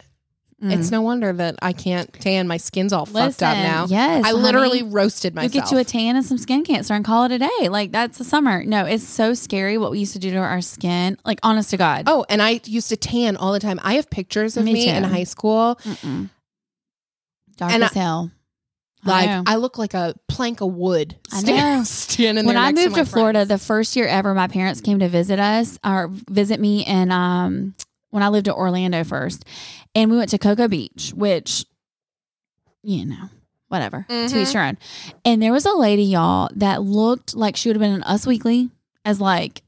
[SPEAKER 2] Mm.
[SPEAKER 3] it's no wonder that I can't tan. My skin's all fucked up
[SPEAKER 2] Listen,
[SPEAKER 3] now.
[SPEAKER 2] yes,
[SPEAKER 3] I literally
[SPEAKER 2] honey.
[SPEAKER 3] roasted
[SPEAKER 2] you
[SPEAKER 3] myself.
[SPEAKER 2] get you a tan and some skin cancer and call it a day. Like that's the summer. No, it's so scary what we used to do to our skin. Like honest to God.
[SPEAKER 3] oh, and I used to tan all the time. I have pictures of
[SPEAKER 2] Me
[SPEAKER 3] me,
[SPEAKER 2] too.
[SPEAKER 3] in high school.
[SPEAKER 2] Mm-mm. Dark
[SPEAKER 3] And
[SPEAKER 2] as hell.
[SPEAKER 3] Like
[SPEAKER 2] know.
[SPEAKER 3] I, look like a plank of wood.
[SPEAKER 2] I
[SPEAKER 3] stand-
[SPEAKER 2] know.
[SPEAKER 3] (laughs) standing
[SPEAKER 2] when
[SPEAKER 3] there
[SPEAKER 2] I
[SPEAKER 3] next to
[SPEAKER 2] moved
[SPEAKER 3] my
[SPEAKER 2] to, Florida,
[SPEAKER 3] friends.
[SPEAKER 2] the first year ever, my parents came to visit us or visit me, and um, when I lived to Orlando first, and we went to Cocoa Beach, which, you know, whatever, to each
[SPEAKER 3] Mhm.
[SPEAKER 2] your own. And there was a lady, y'all, that looked like she would have been in Us Weekly as like.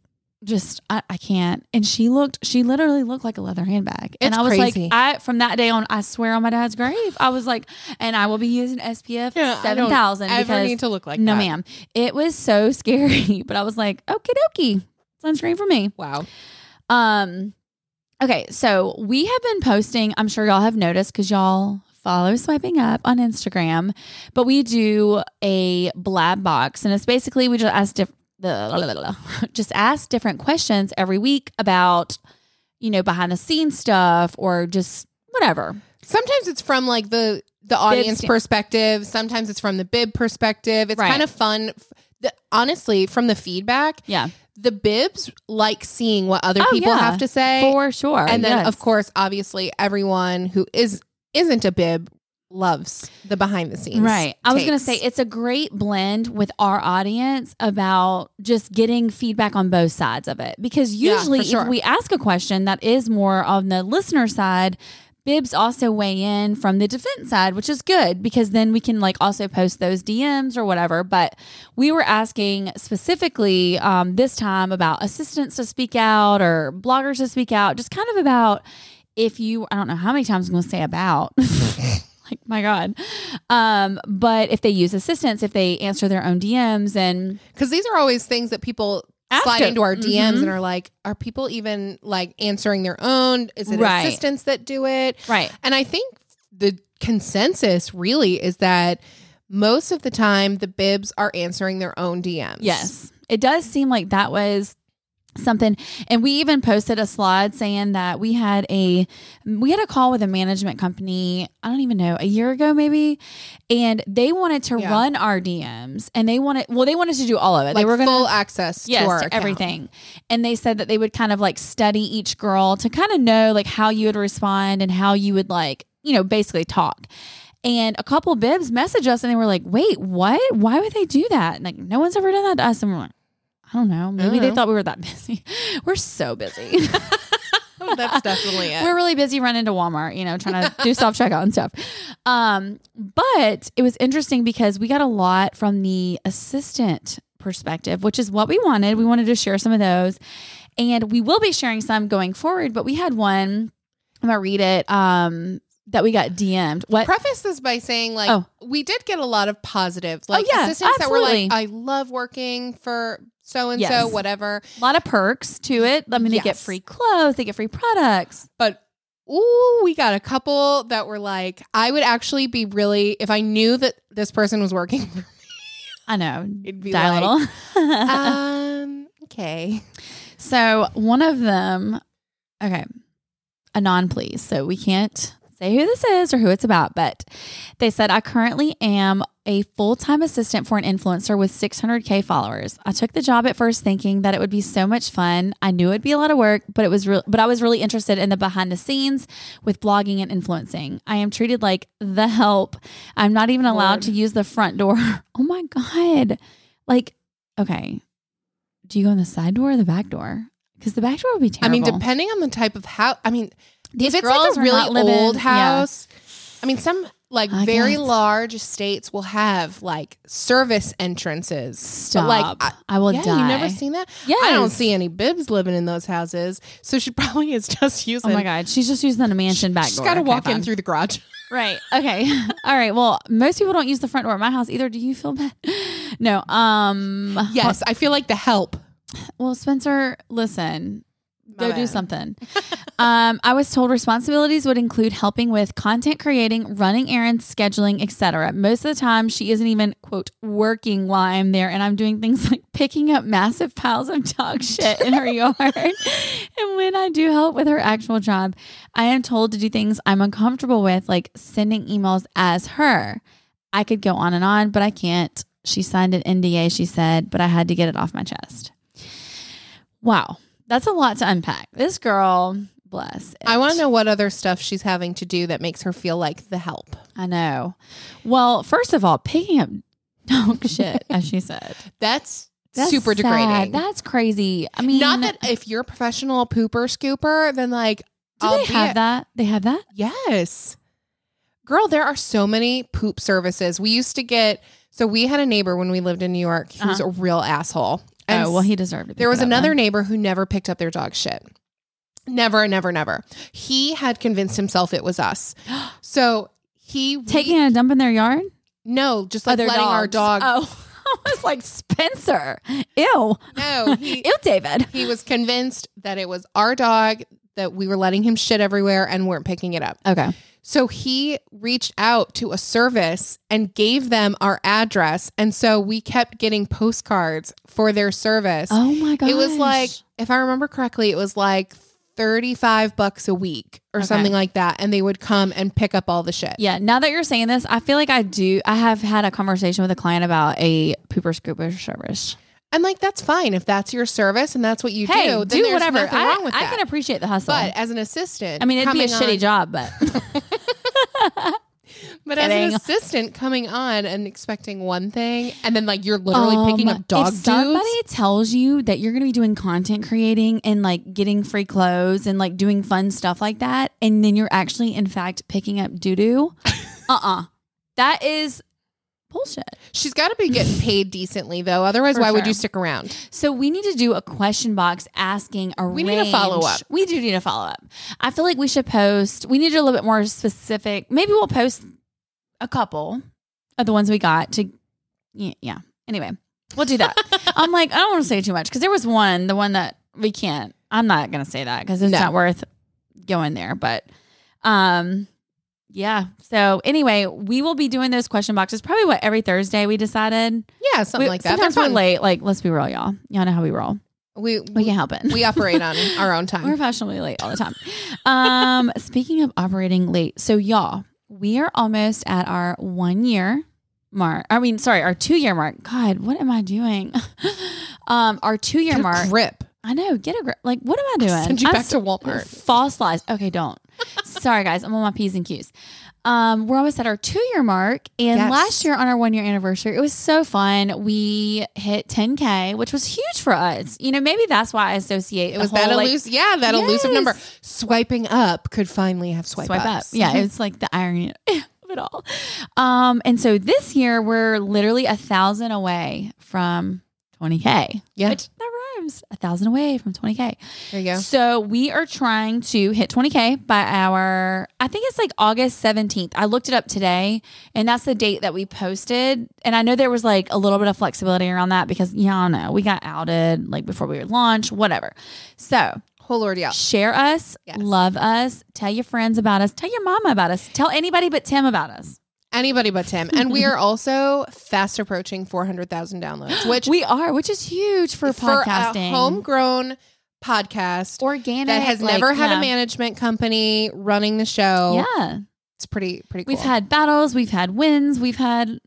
[SPEAKER 2] Just I, I can't, and she looked. She literally looked like a leather handbag, and
[SPEAKER 3] It's
[SPEAKER 2] I was
[SPEAKER 3] crazy.
[SPEAKER 2] like, I from that day on, I swear on my dad's grave, I was like, and I will be using SPF
[SPEAKER 3] Yeah, I
[SPEAKER 2] seven
[SPEAKER 3] don't
[SPEAKER 2] thousand
[SPEAKER 3] ever
[SPEAKER 2] because
[SPEAKER 3] need to look like
[SPEAKER 2] no,
[SPEAKER 3] that.
[SPEAKER 2] ma'am. It was so (laughs) scary, but I was like, okie dokie, sunscreen for me.
[SPEAKER 3] Wow.
[SPEAKER 2] Um, okay, so we have been posting. I'm sure y'all have noticed because y'all follow swiping up on Instagram, but we do a blab box, and it's basically we just ask diff- the (laughs) just ask different questions every week about you know behind the scenes stuff or just whatever.
[SPEAKER 3] Sometimes it's from like the the audience
[SPEAKER 2] sta-
[SPEAKER 3] perspective. Sometimes it's from the bib perspective. It's
[SPEAKER 2] Right.
[SPEAKER 3] kind of fun. F- The, honestly, from the feedback,
[SPEAKER 2] Yeah,
[SPEAKER 3] the bibs like seeing what other
[SPEAKER 2] Oh,
[SPEAKER 3] people
[SPEAKER 2] yeah.
[SPEAKER 3] have to say.
[SPEAKER 2] for sure.
[SPEAKER 3] and then
[SPEAKER 2] Uh, yes.
[SPEAKER 3] of course obviously everyone who is isn't a bib loves the behind the scenes
[SPEAKER 2] Right. I was going to
[SPEAKER 3] takes.
[SPEAKER 2] say it's a great blend with our audience about just getting feedback on both sides of it. Because
[SPEAKER 3] Yeah, for
[SPEAKER 2] usually,
[SPEAKER 3] sure.
[SPEAKER 2] if we ask a question that is more on the listener side, Bibs also weigh in from the defense side, which is good because then we can like also post those DMs or whatever. But we were asking specifically um, this time about assistants to speak out or bloggers to speak out, just kind of about if you, I don't know how many times I'm going to say about. like (laughs) my god um but if they use assistance if they answer their own dms and
[SPEAKER 3] because these are always things that people
[SPEAKER 2] Ask
[SPEAKER 3] slide
[SPEAKER 2] us.
[SPEAKER 3] into our dms
[SPEAKER 2] Mhm.
[SPEAKER 3] and are like are people even like answering their own is it
[SPEAKER 2] Right.
[SPEAKER 3] assistants that do it
[SPEAKER 2] right
[SPEAKER 3] and i think the consensus really is that most of the time the bibs are answering their own dms
[SPEAKER 2] yes it does seem like that was something and we even posted a slide saying that we had a we had a call with a management company i don't even know a year ago maybe and they wanted to
[SPEAKER 3] Yeah.
[SPEAKER 2] run our dms and they wanted well they wanted to do all of it
[SPEAKER 3] like
[SPEAKER 2] they were going
[SPEAKER 3] full access
[SPEAKER 2] yes,
[SPEAKER 3] to our
[SPEAKER 2] to
[SPEAKER 3] account.
[SPEAKER 2] everything. And they said that they would kind of like study each girl to kind of know like how you would respond and how you would like, you know, basically talk. And a couple bibs messaged us and they were like, wait, what? Why would they do that? And like, no one's ever done that to us. And we're like, I don't know. Maybe
[SPEAKER 3] don't
[SPEAKER 2] they
[SPEAKER 3] know.
[SPEAKER 2] thought we were that (laughs) busy. We're so busy.
[SPEAKER 3] Oh, (laughs)
[SPEAKER 2] (laughs)
[SPEAKER 3] that's definitely it
[SPEAKER 2] We're really busy running to Walmart, you know, trying to
[SPEAKER 3] (laughs)
[SPEAKER 2] do self checkout and stuff. Um, but it was interesting because we got a lot from the assistant perspective, which is what we wanted. We wanted to share some of those, and we will be sharing some going forward. But we had one. I'm gonna read it. Um, that we got DM'd. What?
[SPEAKER 3] preface this by saying like
[SPEAKER 2] Oh.
[SPEAKER 3] we did get a lot of positives like
[SPEAKER 2] yeah,
[SPEAKER 3] assistants
[SPEAKER 2] absolutely.
[SPEAKER 3] that were like i love working for so and so
[SPEAKER 2] Yes.
[SPEAKER 3] whatever
[SPEAKER 2] a lot of perks to it. I mean, they get
[SPEAKER 3] Yes.
[SPEAKER 2] free clothes, they get free products.
[SPEAKER 3] but ooh we got a couple that were like i would actually be really if i knew that this person was working (laughs)
[SPEAKER 2] I know.
[SPEAKER 3] it'd be
[SPEAKER 2] Die a
[SPEAKER 3] like
[SPEAKER 2] (laughs) little.
[SPEAKER 3] um okay
[SPEAKER 2] So one of them, okay, anon, please. So we can't say who this is or who it's about, but they said I currently am a full time assistant for an influencer with 600K followers. I took the job at first thinking that it would be so much fun. I knew it'd be a lot of work, but it was real, but I was really interested in the behind the scenes with blogging and influencing. I am treated like the help. I'm not even allowed
[SPEAKER 3] Lord.
[SPEAKER 2] to use the front door. (laughs) Oh my God. Like, okay. Do you go in the side door or the back door? Because the back door would be
[SPEAKER 3] I
[SPEAKER 2] terrible.
[SPEAKER 3] mean, depending on the type of house. I mean,
[SPEAKER 2] These
[SPEAKER 3] if it's
[SPEAKER 2] girls
[SPEAKER 3] like a
[SPEAKER 2] are
[SPEAKER 3] really
[SPEAKER 2] not living-
[SPEAKER 3] old
[SPEAKER 2] yeah.
[SPEAKER 3] house, I mean, some like
[SPEAKER 2] I
[SPEAKER 3] very
[SPEAKER 2] guess.
[SPEAKER 3] large estates will have like service entrances.
[SPEAKER 2] Stop.
[SPEAKER 3] But like, I,
[SPEAKER 2] I, will
[SPEAKER 3] yeah,
[SPEAKER 2] die.
[SPEAKER 3] you never seen that. I don't
[SPEAKER 2] Yes.
[SPEAKER 3] see any bibs living in those houses, so she (laughs) probably is just using.
[SPEAKER 2] Oh my god, she's just using a mansion back
[SPEAKER 3] She's
[SPEAKER 2] door.
[SPEAKER 3] got to
[SPEAKER 2] Okay,
[SPEAKER 3] walk in
[SPEAKER 2] fine.
[SPEAKER 3] through the garage. (laughs)
[SPEAKER 2] Right. Okay. (laughs) All right. Well, most people don't use the front door at my house either. Do you feel bad? (laughs) No. Um.
[SPEAKER 3] Yes, I feel like the help.
[SPEAKER 2] Well, Spencer, listen. go
[SPEAKER 3] My
[SPEAKER 2] do
[SPEAKER 3] bad.
[SPEAKER 2] something. (laughs) um, I was told responsibilities would include helping with content creating, running errands, scheduling, etc. Most of the time, she isn't even quote working while I'm there, and I'm doing things (laughs) like picking up massive piles of dog shit in her yard. (laughs) and when I do help with her actual job, I am told to do things I'm uncomfortable with, like sending emails as her. I could go on and on, but I can't. She signed an NDA, she said, but I had to get it off my chest. Wow. That's a lot to unpack. This girl, bless. it.
[SPEAKER 3] I want to know what other stuff she's having to do that makes her feel like the help.
[SPEAKER 2] I know. Well, first of all, picking (laughs) up dog shit, as she said,
[SPEAKER 3] That's,
[SPEAKER 2] That's
[SPEAKER 3] super
[SPEAKER 2] sad.
[SPEAKER 3] degrading.
[SPEAKER 2] That's crazy. I mean,
[SPEAKER 3] Not that if you're a professional pooper scooper, then like
[SPEAKER 2] do
[SPEAKER 3] I'll
[SPEAKER 2] they
[SPEAKER 3] be
[SPEAKER 2] have
[SPEAKER 3] a-
[SPEAKER 2] that? They have that.
[SPEAKER 3] Yes. Girl, there are so many poop services. We used to get so we had a neighbor when we lived in New York who's was a real asshole.
[SPEAKER 2] Uh-huh. oh well, he deserved it.
[SPEAKER 3] there was another neighbor who never picked up their dog shit. Never, never, never. He had convinced himself it
[SPEAKER 2] (gasps)
[SPEAKER 3] was us. So he
[SPEAKER 2] taking a dump in their yard.
[SPEAKER 3] no, just like
[SPEAKER 2] Other
[SPEAKER 3] letting our dog
[SPEAKER 2] dogs. Oh, (laughs) I was like Spencer. Ew. Oh.
[SPEAKER 3] no. Oh, He,
[SPEAKER 2] (laughs) Ew, David.
[SPEAKER 3] he was convinced that it was our dog that we were letting him shit everywhere and weren't picking it up.
[SPEAKER 2] Okay.
[SPEAKER 3] So he reached out to a service and gave them our address. And so we kept getting postcards for their service.
[SPEAKER 2] Oh my god.
[SPEAKER 3] it was like, if I remember correctly, it was like 35 bucks a week or something like that. And they would come and pick up all the shit.
[SPEAKER 2] Yeah, now that you're saying this, I feel like I do. I have had a conversation with a client about a pooper scooper service.
[SPEAKER 3] And like, that's fine. If that's your service and that's what you
[SPEAKER 2] hey,
[SPEAKER 3] do,
[SPEAKER 2] do,
[SPEAKER 3] then there's
[SPEAKER 2] whatever.
[SPEAKER 3] nothing
[SPEAKER 2] I,
[SPEAKER 3] wrong with
[SPEAKER 2] I
[SPEAKER 3] that.
[SPEAKER 2] can appreciate the hustle.
[SPEAKER 3] but as an assistant,
[SPEAKER 2] I mean, it'd be a
[SPEAKER 3] coming
[SPEAKER 2] shitty
[SPEAKER 3] on-
[SPEAKER 2] job, but
[SPEAKER 3] But as an
[SPEAKER 2] Kidding.
[SPEAKER 3] assistant coming on and expecting one thing, and then like you're (laughs) literally picking
[SPEAKER 2] Um,
[SPEAKER 3] up dog
[SPEAKER 2] If
[SPEAKER 3] dudes.
[SPEAKER 2] somebody tells you that you're going to be doing content creating and like getting free clothes and like doing fun stuff like that, and then you're actually in fact picking up doo
[SPEAKER 3] (laughs)
[SPEAKER 2] doo, uh uh, that is bullshit.
[SPEAKER 3] She's got to be getting paid decently though. Otherwise,
[SPEAKER 2] For
[SPEAKER 3] why would
[SPEAKER 2] sure.
[SPEAKER 3] you stick around?
[SPEAKER 2] So we need to do a question box asking a
[SPEAKER 3] We need a
[SPEAKER 2] range-
[SPEAKER 3] follow-up.
[SPEAKER 2] We do need a follow up. I feel like we should post. We need to do a little bit more specific. Maybe we'll post a couple of the ones we got to. Yeah. yeah. Anyway, we'll do
[SPEAKER 3] (laughs)
[SPEAKER 2] that. I'm like, I don't want to say too much because there was one, the one that we can't. I'm not gonna say that because it's
[SPEAKER 3] No.
[SPEAKER 2] not worth going there. But, um, yeah. So anyway, we will be doing those question boxes probably what every Thursday we decided.
[SPEAKER 3] Yeah, something
[SPEAKER 2] We-
[SPEAKER 3] like that. They're
[SPEAKER 2] Sometimes we're
[SPEAKER 3] fun.
[SPEAKER 2] late. Like, let's be real, y'all. Y'all know how we roll.
[SPEAKER 3] We
[SPEAKER 2] We
[SPEAKER 3] we,
[SPEAKER 2] can't help it. (laughs)
[SPEAKER 3] we operate on our own
[SPEAKER 2] We're
[SPEAKER 3] time.
[SPEAKER 2] fashionably late all the time.
[SPEAKER 3] (laughs)
[SPEAKER 2] Um, speaking of operating late, so y'all, we are almost at our one year mark. I mean, sorry, our two year mark. God, what am I doing? (laughs) Um, our two year
[SPEAKER 3] Get a
[SPEAKER 2] mark.
[SPEAKER 3] grip.
[SPEAKER 2] I know. Get a grip. Like, what am I doing?
[SPEAKER 3] Send you
[SPEAKER 2] I'm
[SPEAKER 3] back
[SPEAKER 2] so-
[SPEAKER 3] to Walmart.
[SPEAKER 2] False lies. Okay, don't. Sorry, guys. I'm on my P's and Q's. Um, we're almost at our two year mark. And
[SPEAKER 3] Yes.
[SPEAKER 2] last year on our one year anniversary, it was so fun. We hit 10K, which was huge for us. You know, maybe that's why I associate
[SPEAKER 3] It was that
[SPEAKER 2] elusive
[SPEAKER 3] elusive, yeah, that elusive
[SPEAKER 2] Yes.
[SPEAKER 3] number. Swiping up could finally have swipe,
[SPEAKER 2] swipe up.
[SPEAKER 3] ups.
[SPEAKER 2] Yeah, it's like the irony (laughs) of it all. Um, and so this year we're literally a thousand away from 20k.
[SPEAKER 3] Yeah.
[SPEAKER 2] which that rhymes. A thousand away from 20k.
[SPEAKER 3] There you go.
[SPEAKER 2] So we are trying to hit 20k by our. I think it's like August 17th. I looked it up today, and that's the date that we posted. And I know there was like a little bit of flexibility around that because y'all know we got outed like before we were launched, whatever. So
[SPEAKER 3] Whole ordeal.
[SPEAKER 2] share us,
[SPEAKER 3] Yes.
[SPEAKER 2] love us, tell your friends about us, tell your mama about us, tell anybody but Tim about us.
[SPEAKER 3] Anybody but Tim. And we are also fast approaching 400,000 downloads, (gasps) which
[SPEAKER 2] We are, which is huge for, podcasting.
[SPEAKER 3] a homegrown podcast
[SPEAKER 2] organic
[SPEAKER 3] that has
[SPEAKER 2] like,
[SPEAKER 3] never had
[SPEAKER 2] yeah.
[SPEAKER 3] a management company running the show.
[SPEAKER 2] Yeah.
[SPEAKER 3] It's pretty pretty cool.
[SPEAKER 2] We've had battles, we've had wins, we've had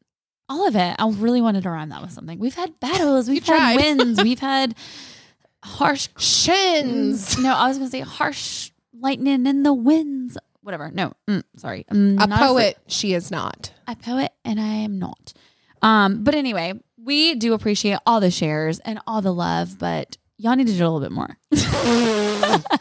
[SPEAKER 2] all of it. I really wanted to rhyme that with something. We've had battles, we've
[SPEAKER 3] (laughs) You
[SPEAKER 2] had
[SPEAKER 3] tried.
[SPEAKER 2] winds, we've had harsh
[SPEAKER 3] Shins.
[SPEAKER 2] (laughs) No, I was gonna say harsh lightning in the winds. Whatever. No, mm, sorry. I'm
[SPEAKER 3] A
[SPEAKER 2] not
[SPEAKER 3] poet, she is (laughs) not.
[SPEAKER 2] a poet and I am not. Um, but anyway, we do appreciate all the shares and all the love, but y'all need to do a little bit more (laughs)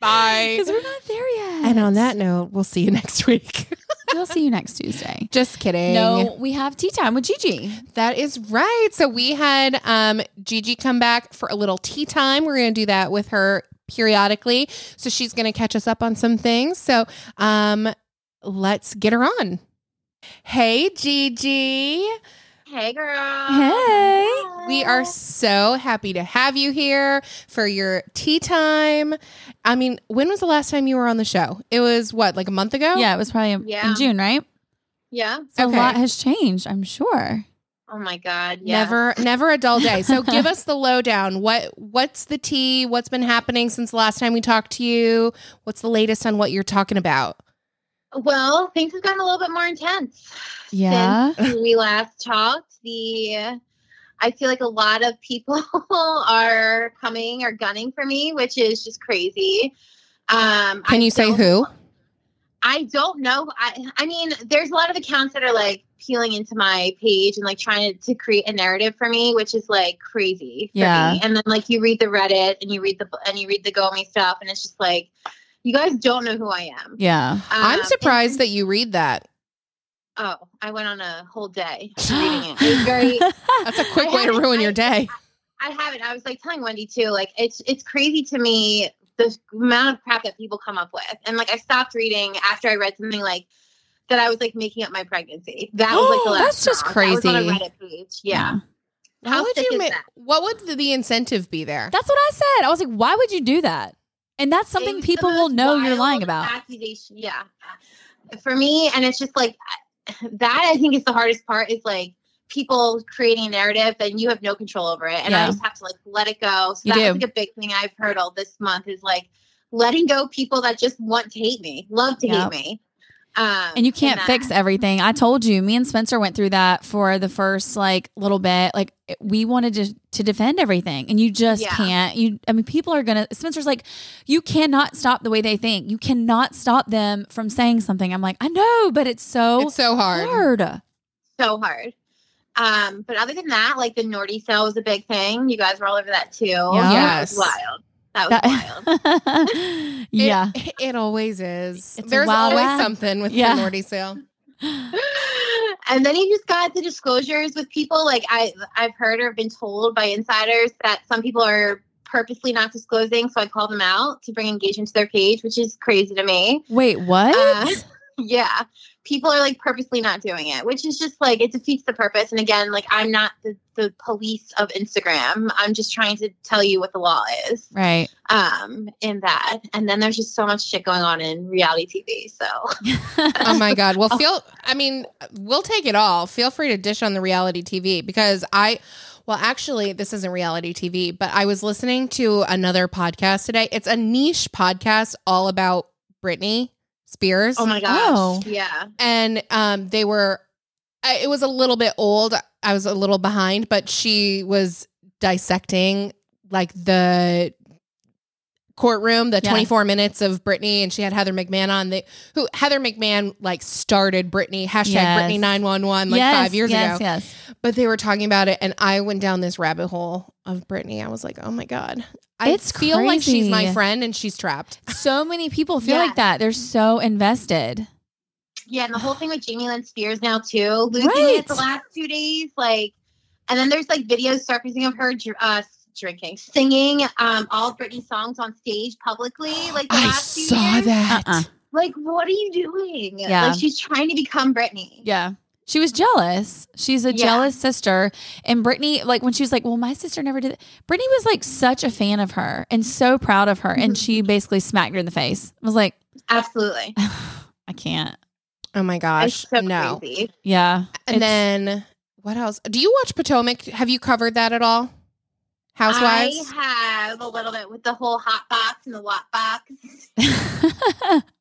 [SPEAKER 3] Bye.
[SPEAKER 2] because we're not there yet.
[SPEAKER 3] And on that note, we'll see you (laughs) next week.
[SPEAKER 2] we'll see you next Tuesday.
[SPEAKER 3] Just kidding.
[SPEAKER 2] No, we have tea time with Gigi.
[SPEAKER 3] That is right. So we had um, Gigi come back for a little tea time. We're going to do that with her periodically. So she's going to catch us up on some things. So um, let's get her on. Hey, Gigi.
[SPEAKER 4] Hey, girl.
[SPEAKER 2] Hey.
[SPEAKER 3] We are so happy to have you here for your tea time. I mean, when was the last time you were on the show? It was what, like a month ago?
[SPEAKER 2] Yeah, it was probably
[SPEAKER 4] Oh, Yeah.
[SPEAKER 2] in June, right?
[SPEAKER 4] Yeah.
[SPEAKER 2] So
[SPEAKER 3] Okay.
[SPEAKER 2] a lot has changed, I'm sure.
[SPEAKER 4] Oh my God. Yeah.
[SPEAKER 3] Never, never a dull day. So give us the lowdown. What, what's the tea? What's been happening since the last time we talked to you? What's the latest on what you're talking about?
[SPEAKER 4] Well, things have gotten a little bit more intense.
[SPEAKER 2] Yeah.
[SPEAKER 4] Since we last talked, the I feel like a lot of people (laughs) are coming or gunning for me, which is just crazy. Um,
[SPEAKER 3] Can
[SPEAKER 4] I
[SPEAKER 3] you say
[SPEAKER 4] don't-
[SPEAKER 3] who?
[SPEAKER 4] I don't know. I, I mean, there's a lot of accounts that are like peeling into my page and like trying to, to create a narrative for me, which is like crazy. For
[SPEAKER 2] Yeah.
[SPEAKER 4] Me. And then like you read the Reddit and you read the and you read the Gomi stuff, and it's just like, you guys don't know who I am.
[SPEAKER 2] Yeah.
[SPEAKER 4] Um,
[SPEAKER 3] I'm surprised
[SPEAKER 4] and-
[SPEAKER 3] that you read that.
[SPEAKER 4] Oh, I went on a whole day
[SPEAKER 2] (gasps)
[SPEAKER 4] reading it. (laughs) It was very.
[SPEAKER 3] That's a quick way to ruin your day.
[SPEAKER 4] I haven't. I was like telling Wendy too. Like it's it's crazy to me the amount of crap that people come up with. And like I stopped reading after I read something like that. I was like making up my pregnancy. That was like the last.
[SPEAKER 2] That's just
[SPEAKER 4] straw. That was on a
[SPEAKER 2] crazy.
[SPEAKER 4] Reddit page. Yeah.
[SPEAKER 3] How
[SPEAKER 4] How
[SPEAKER 3] would
[SPEAKER 4] sick
[SPEAKER 3] you?
[SPEAKER 4] is
[SPEAKER 3] ma-
[SPEAKER 4] that?
[SPEAKER 3] What would the- the incentive be there?
[SPEAKER 2] That's what I said. I was like, why would you do that? And that's
[SPEAKER 4] It
[SPEAKER 2] something
[SPEAKER 4] was the
[SPEAKER 2] people will
[SPEAKER 4] most
[SPEAKER 2] know you're
[SPEAKER 4] wild
[SPEAKER 2] lying about.
[SPEAKER 4] Accusation. Yeah. For me, and it's just like (sighs) I- that. I think is the hardest part. Is like people creating a narrative and you have no control over it and
[SPEAKER 2] Yeah.
[SPEAKER 4] i just have to like let it go so
[SPEAKER 2] You
[SPEAKER 4] that's
[SPEAKER 2] do.
[SPEAKER 4] like a big thing i've heard all this month is like letting go people that just want to hate me love to
[SPEAKER 2] Yep.
[SPEAKER 4] hate me um
[SPEAKER 2] and you can't
[SPEAKER 4] that-
[SPEAKER 2] fix everything. I told you, me and Spencer went through that for the first like little bit. Like it- we wanted to to defend everything, and you just
[SPEAKER 4] Yeah.
[SPEAKER 2] can't. You, I mean, people are gonna. Spencer's like, you cannot stop the way they think. You cannot stop them from saying something. I'm like, I know, but it's so
[SPEAKER 3] It's so hard.
[SPEAKER 2] hard.
[SPEAKER 4] so hard um but other than that like the nordy sale was a big thing you guys were all over that too That was
[SPEAKER 3] Yes.
[SPEAKER 4] wild that was wild
[SPEAKER 2] That-
[SPEAKER 3] It-
[SPEAKER 2] (laughs) yeah,
[SPEAKER 3] (laughs) it, always is.
[SPEAKER 2] It's a
[SPEAKER 3] There's
[SPEAKER 2] wild
[SPEAKER 3] always
[SPEAKER 2] west.
[SPEAKER 3] something with
[SPEAKER 2] Yeah.
[SPEAKER 3] the Nordy sale.
[SPEAKER 4] and then you just got the disclosures with people like I I've heard or been told by insiders that some people are purposely not disclosing, so I call them out to bring engagement to their page, which is crazy to me.
[SPEAKER 2] Wait, what?
[SPEAKER 4] Uh, yeah, people are like purposely not doing it, which is just like it defeats the purpose. And again, like I'm not the, the police of Instagram. I'm just trying to tell you what the law is
[SPEAKER 2] (laughs) right.
[SPEAKER 4] um in that. And then there's just so much shit going on in reality TV. So
[SPEAKER 3] Oh my god.
[SPEAKER 4] (laughs)
[SPEAKER 3] Well, feel I mean, we'll take it all. Feel free to dish on the reality TV because I well, actually, this isn't reality TV, but I was listening to another podcast today. It's a niche podcast all about Britney Spears.
[SPEAKER 4] oh my gosh,
[SPEAKER 2] Oh.
[SPEAKER 4] yeah.
[SPEAKER 3] and um, they were I- it was a little bit old i was a little behind but she was dissecting like the courtroom the
[SPEAKER 2] Yeah.
[SPEAKER 3] 24 minutes of brittany and she had heather mcmahon on the who heather mcmahon like started brittany hashtag
[SPEAKER 2] Yes.
[SPEAKER 3] brittany 911 like
[SPEAKER 2] yes,
[SPEAKER 3] five years
[SPEAKER 2] yes,
[SPEAKER 3] ago
[SPEAKER 2] Yes,
[SPEAKER 3] but they were talking about it and i went down this rabbit hole of brittany i was like oh my god i
[SPEAKER 2] It's
[SPEAKER 3] feel like she's my
[SPEAKER 2] crazy.
[SPEAKER 3] friend and she's trapped
[SPEAKER 2] So many people feel
[SPEAKER 4] Yeah.
[SPEAKER 2] like that. They're so invested.
[SPEAKER 4] Yeah, and the whole thing with Jamie Lynn Spears now too, losing
[SPEAKER 2] Right.
[SPEAKER 4] it the last two days, like, and then there's like videos surfacing of her dr- uh, s- drinking, singing um, all Britney songs on stage publicly. Like the
[SPEAKER 3] i
[SPEAKER 4] last few
[SPEAKER 3] saw
[SPEAKER 4] years.
[SPEAKER 3] that
[SPEAKER 2] Uh-uh.
[SPEAKER 4] Like, what are you doing?
[SPEAKER 2] Yeah.
[SPEAKER 4] like she's trying to become Britney.
[SPEAKER 2] Yeah. She was jealous. She's a
[SPEAKER 4] Yeah.
[SPEAKER 2] jealous sister. And Brittany, like when she was like, Well, my sister never did it. Brittany was like such a fan of her and so proud of her. And
[SPEAKER 4] Mhm.
[SPEAKER 2] she basically smacked her in the face. I was like,
[SPEAKER 3] (laughs)
[SPEAKER 4] absolutely.
[SPEAKER 2] I can't.
[SPEAKER 3] oh my gosh
[SPEAKER 4] It's so
[SPEAKER 3] no
[SPEAKER 4] crazy.
[SPEAKER 2] Yeah. (laughs)
[SPEAKER 3] And
[SPEAKER 2] It's-
[SPEAKER 3] then what else? Do you watch Potomac? Have you covered that at all? Housewives?
[SPEAKER 4] I wild a little bit with the whole hot box and the watt box.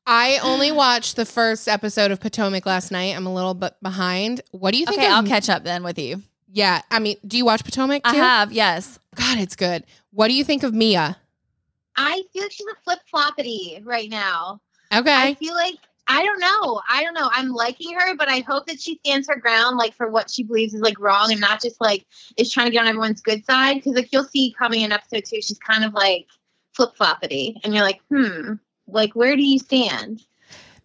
[SPEAKER 3] I
[SPEAKER 2] (sighs)
[SPEAKER 3] only watched the first episode of Potomac last night. I'm a little bit behind. What do you think?
[SPEAKER 2] okay,
[SPEAKER 3] of-
[SPEAKER 2] I'll catch up then with you.
[SPEAKER 3] Yeah, I mean, do you watch Potomac too?
[SPEAKER 2] I have, yes.
[SPEAKER 3] God, it's good. What do you think of Mia?
[SPEAKER 4] I feel like she's a flip floppity right now. I
[SPEAKER 3] Okay,
[SPEAKER 4] feel like I don't know. I don't know. I'm liking her, but I hope that she stands her ground, like for what she believes is like wrong, and not just like is trying to get on everyone's good side. Because like you'll see coming in episode two, she's kind of like flip floppity, and you're like, hmm, like where do you stand?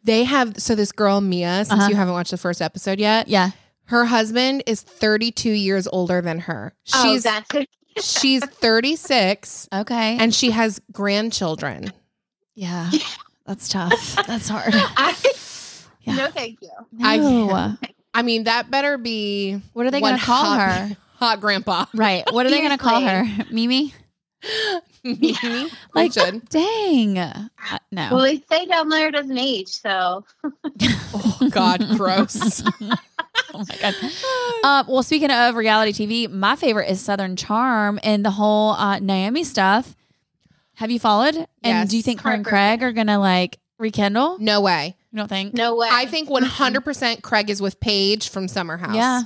[SPEAKER 3] they have so this girl Mia. Since
[SPEAKER 2] Uh-huh.
[SPEAKER 3] you haven't watched the first episode yet,
[SPEAKER 2] Yeah.
[SPEAKER 3] her husband is 32 years older than her.
[SPEAKER 4] oh,
[SPEAKER 3] She's
[SPEAKER 4] that's her.
[SPEAKER 2] (laughs)
[SPEAKER 3] she's 36
[SPEAKER 2] Okay.
[SPEAKER 3] and she has grandchildren.
[SPEAKER 2] yeah. That's tough. That's hard. (laughs)
[SPEAKER 4] (laughs) I,
[SPEAKER 2] Yeah.
[SPEAKER 4] No, thank you.
[SPEAKER 3] I
[SPEAKER 2] No.
[SPEAKER 3] I mean, that better be
[SPEAKER 2] (laughs) What are they
[SPEAKER 3] one
[SPEAKER 2] going to call
[SPEAKER 3] hot-
[SPEAKER 2] her?
[SPEAKER 3] (laughs) Hot grandpa.
[SPEAKER 2] Right. What are they going to call her? Mimi?
[SPEAKER 3] Mimi. We
[SPEAKER 2] Like-
[SPEAKER 3] (laughs) should.
[SPEAKER 2] Dang. Uh,
[SPEAKER 4] Well,
[SPEAKER 2] no.
[SPEAKER 4] they say down there it doesn't age, so
[SPEAKER 3] Oh God, gross.
[SPEAKER 2] Oh my god. Uh, well, speaking of reality TV, my favorite is Southern Charm and the whole uh, Naomi stuff. Have you followed? And
[SPEAKER 3] Yes.
[SPEAKER 2] do you think her and
[SPEAKER 4] Heartbroken.
[SPEAKER 2] Craig are gonna like rekindle?
[SPEAKER 3] (laughs) no way.
[SPEAKER 2] You don't think?
[SPEAKER 4] no way.
[SPEAKER 3] I think 100% Craig is with Paige from Summer House.
[SPEAKER 2] Yeah.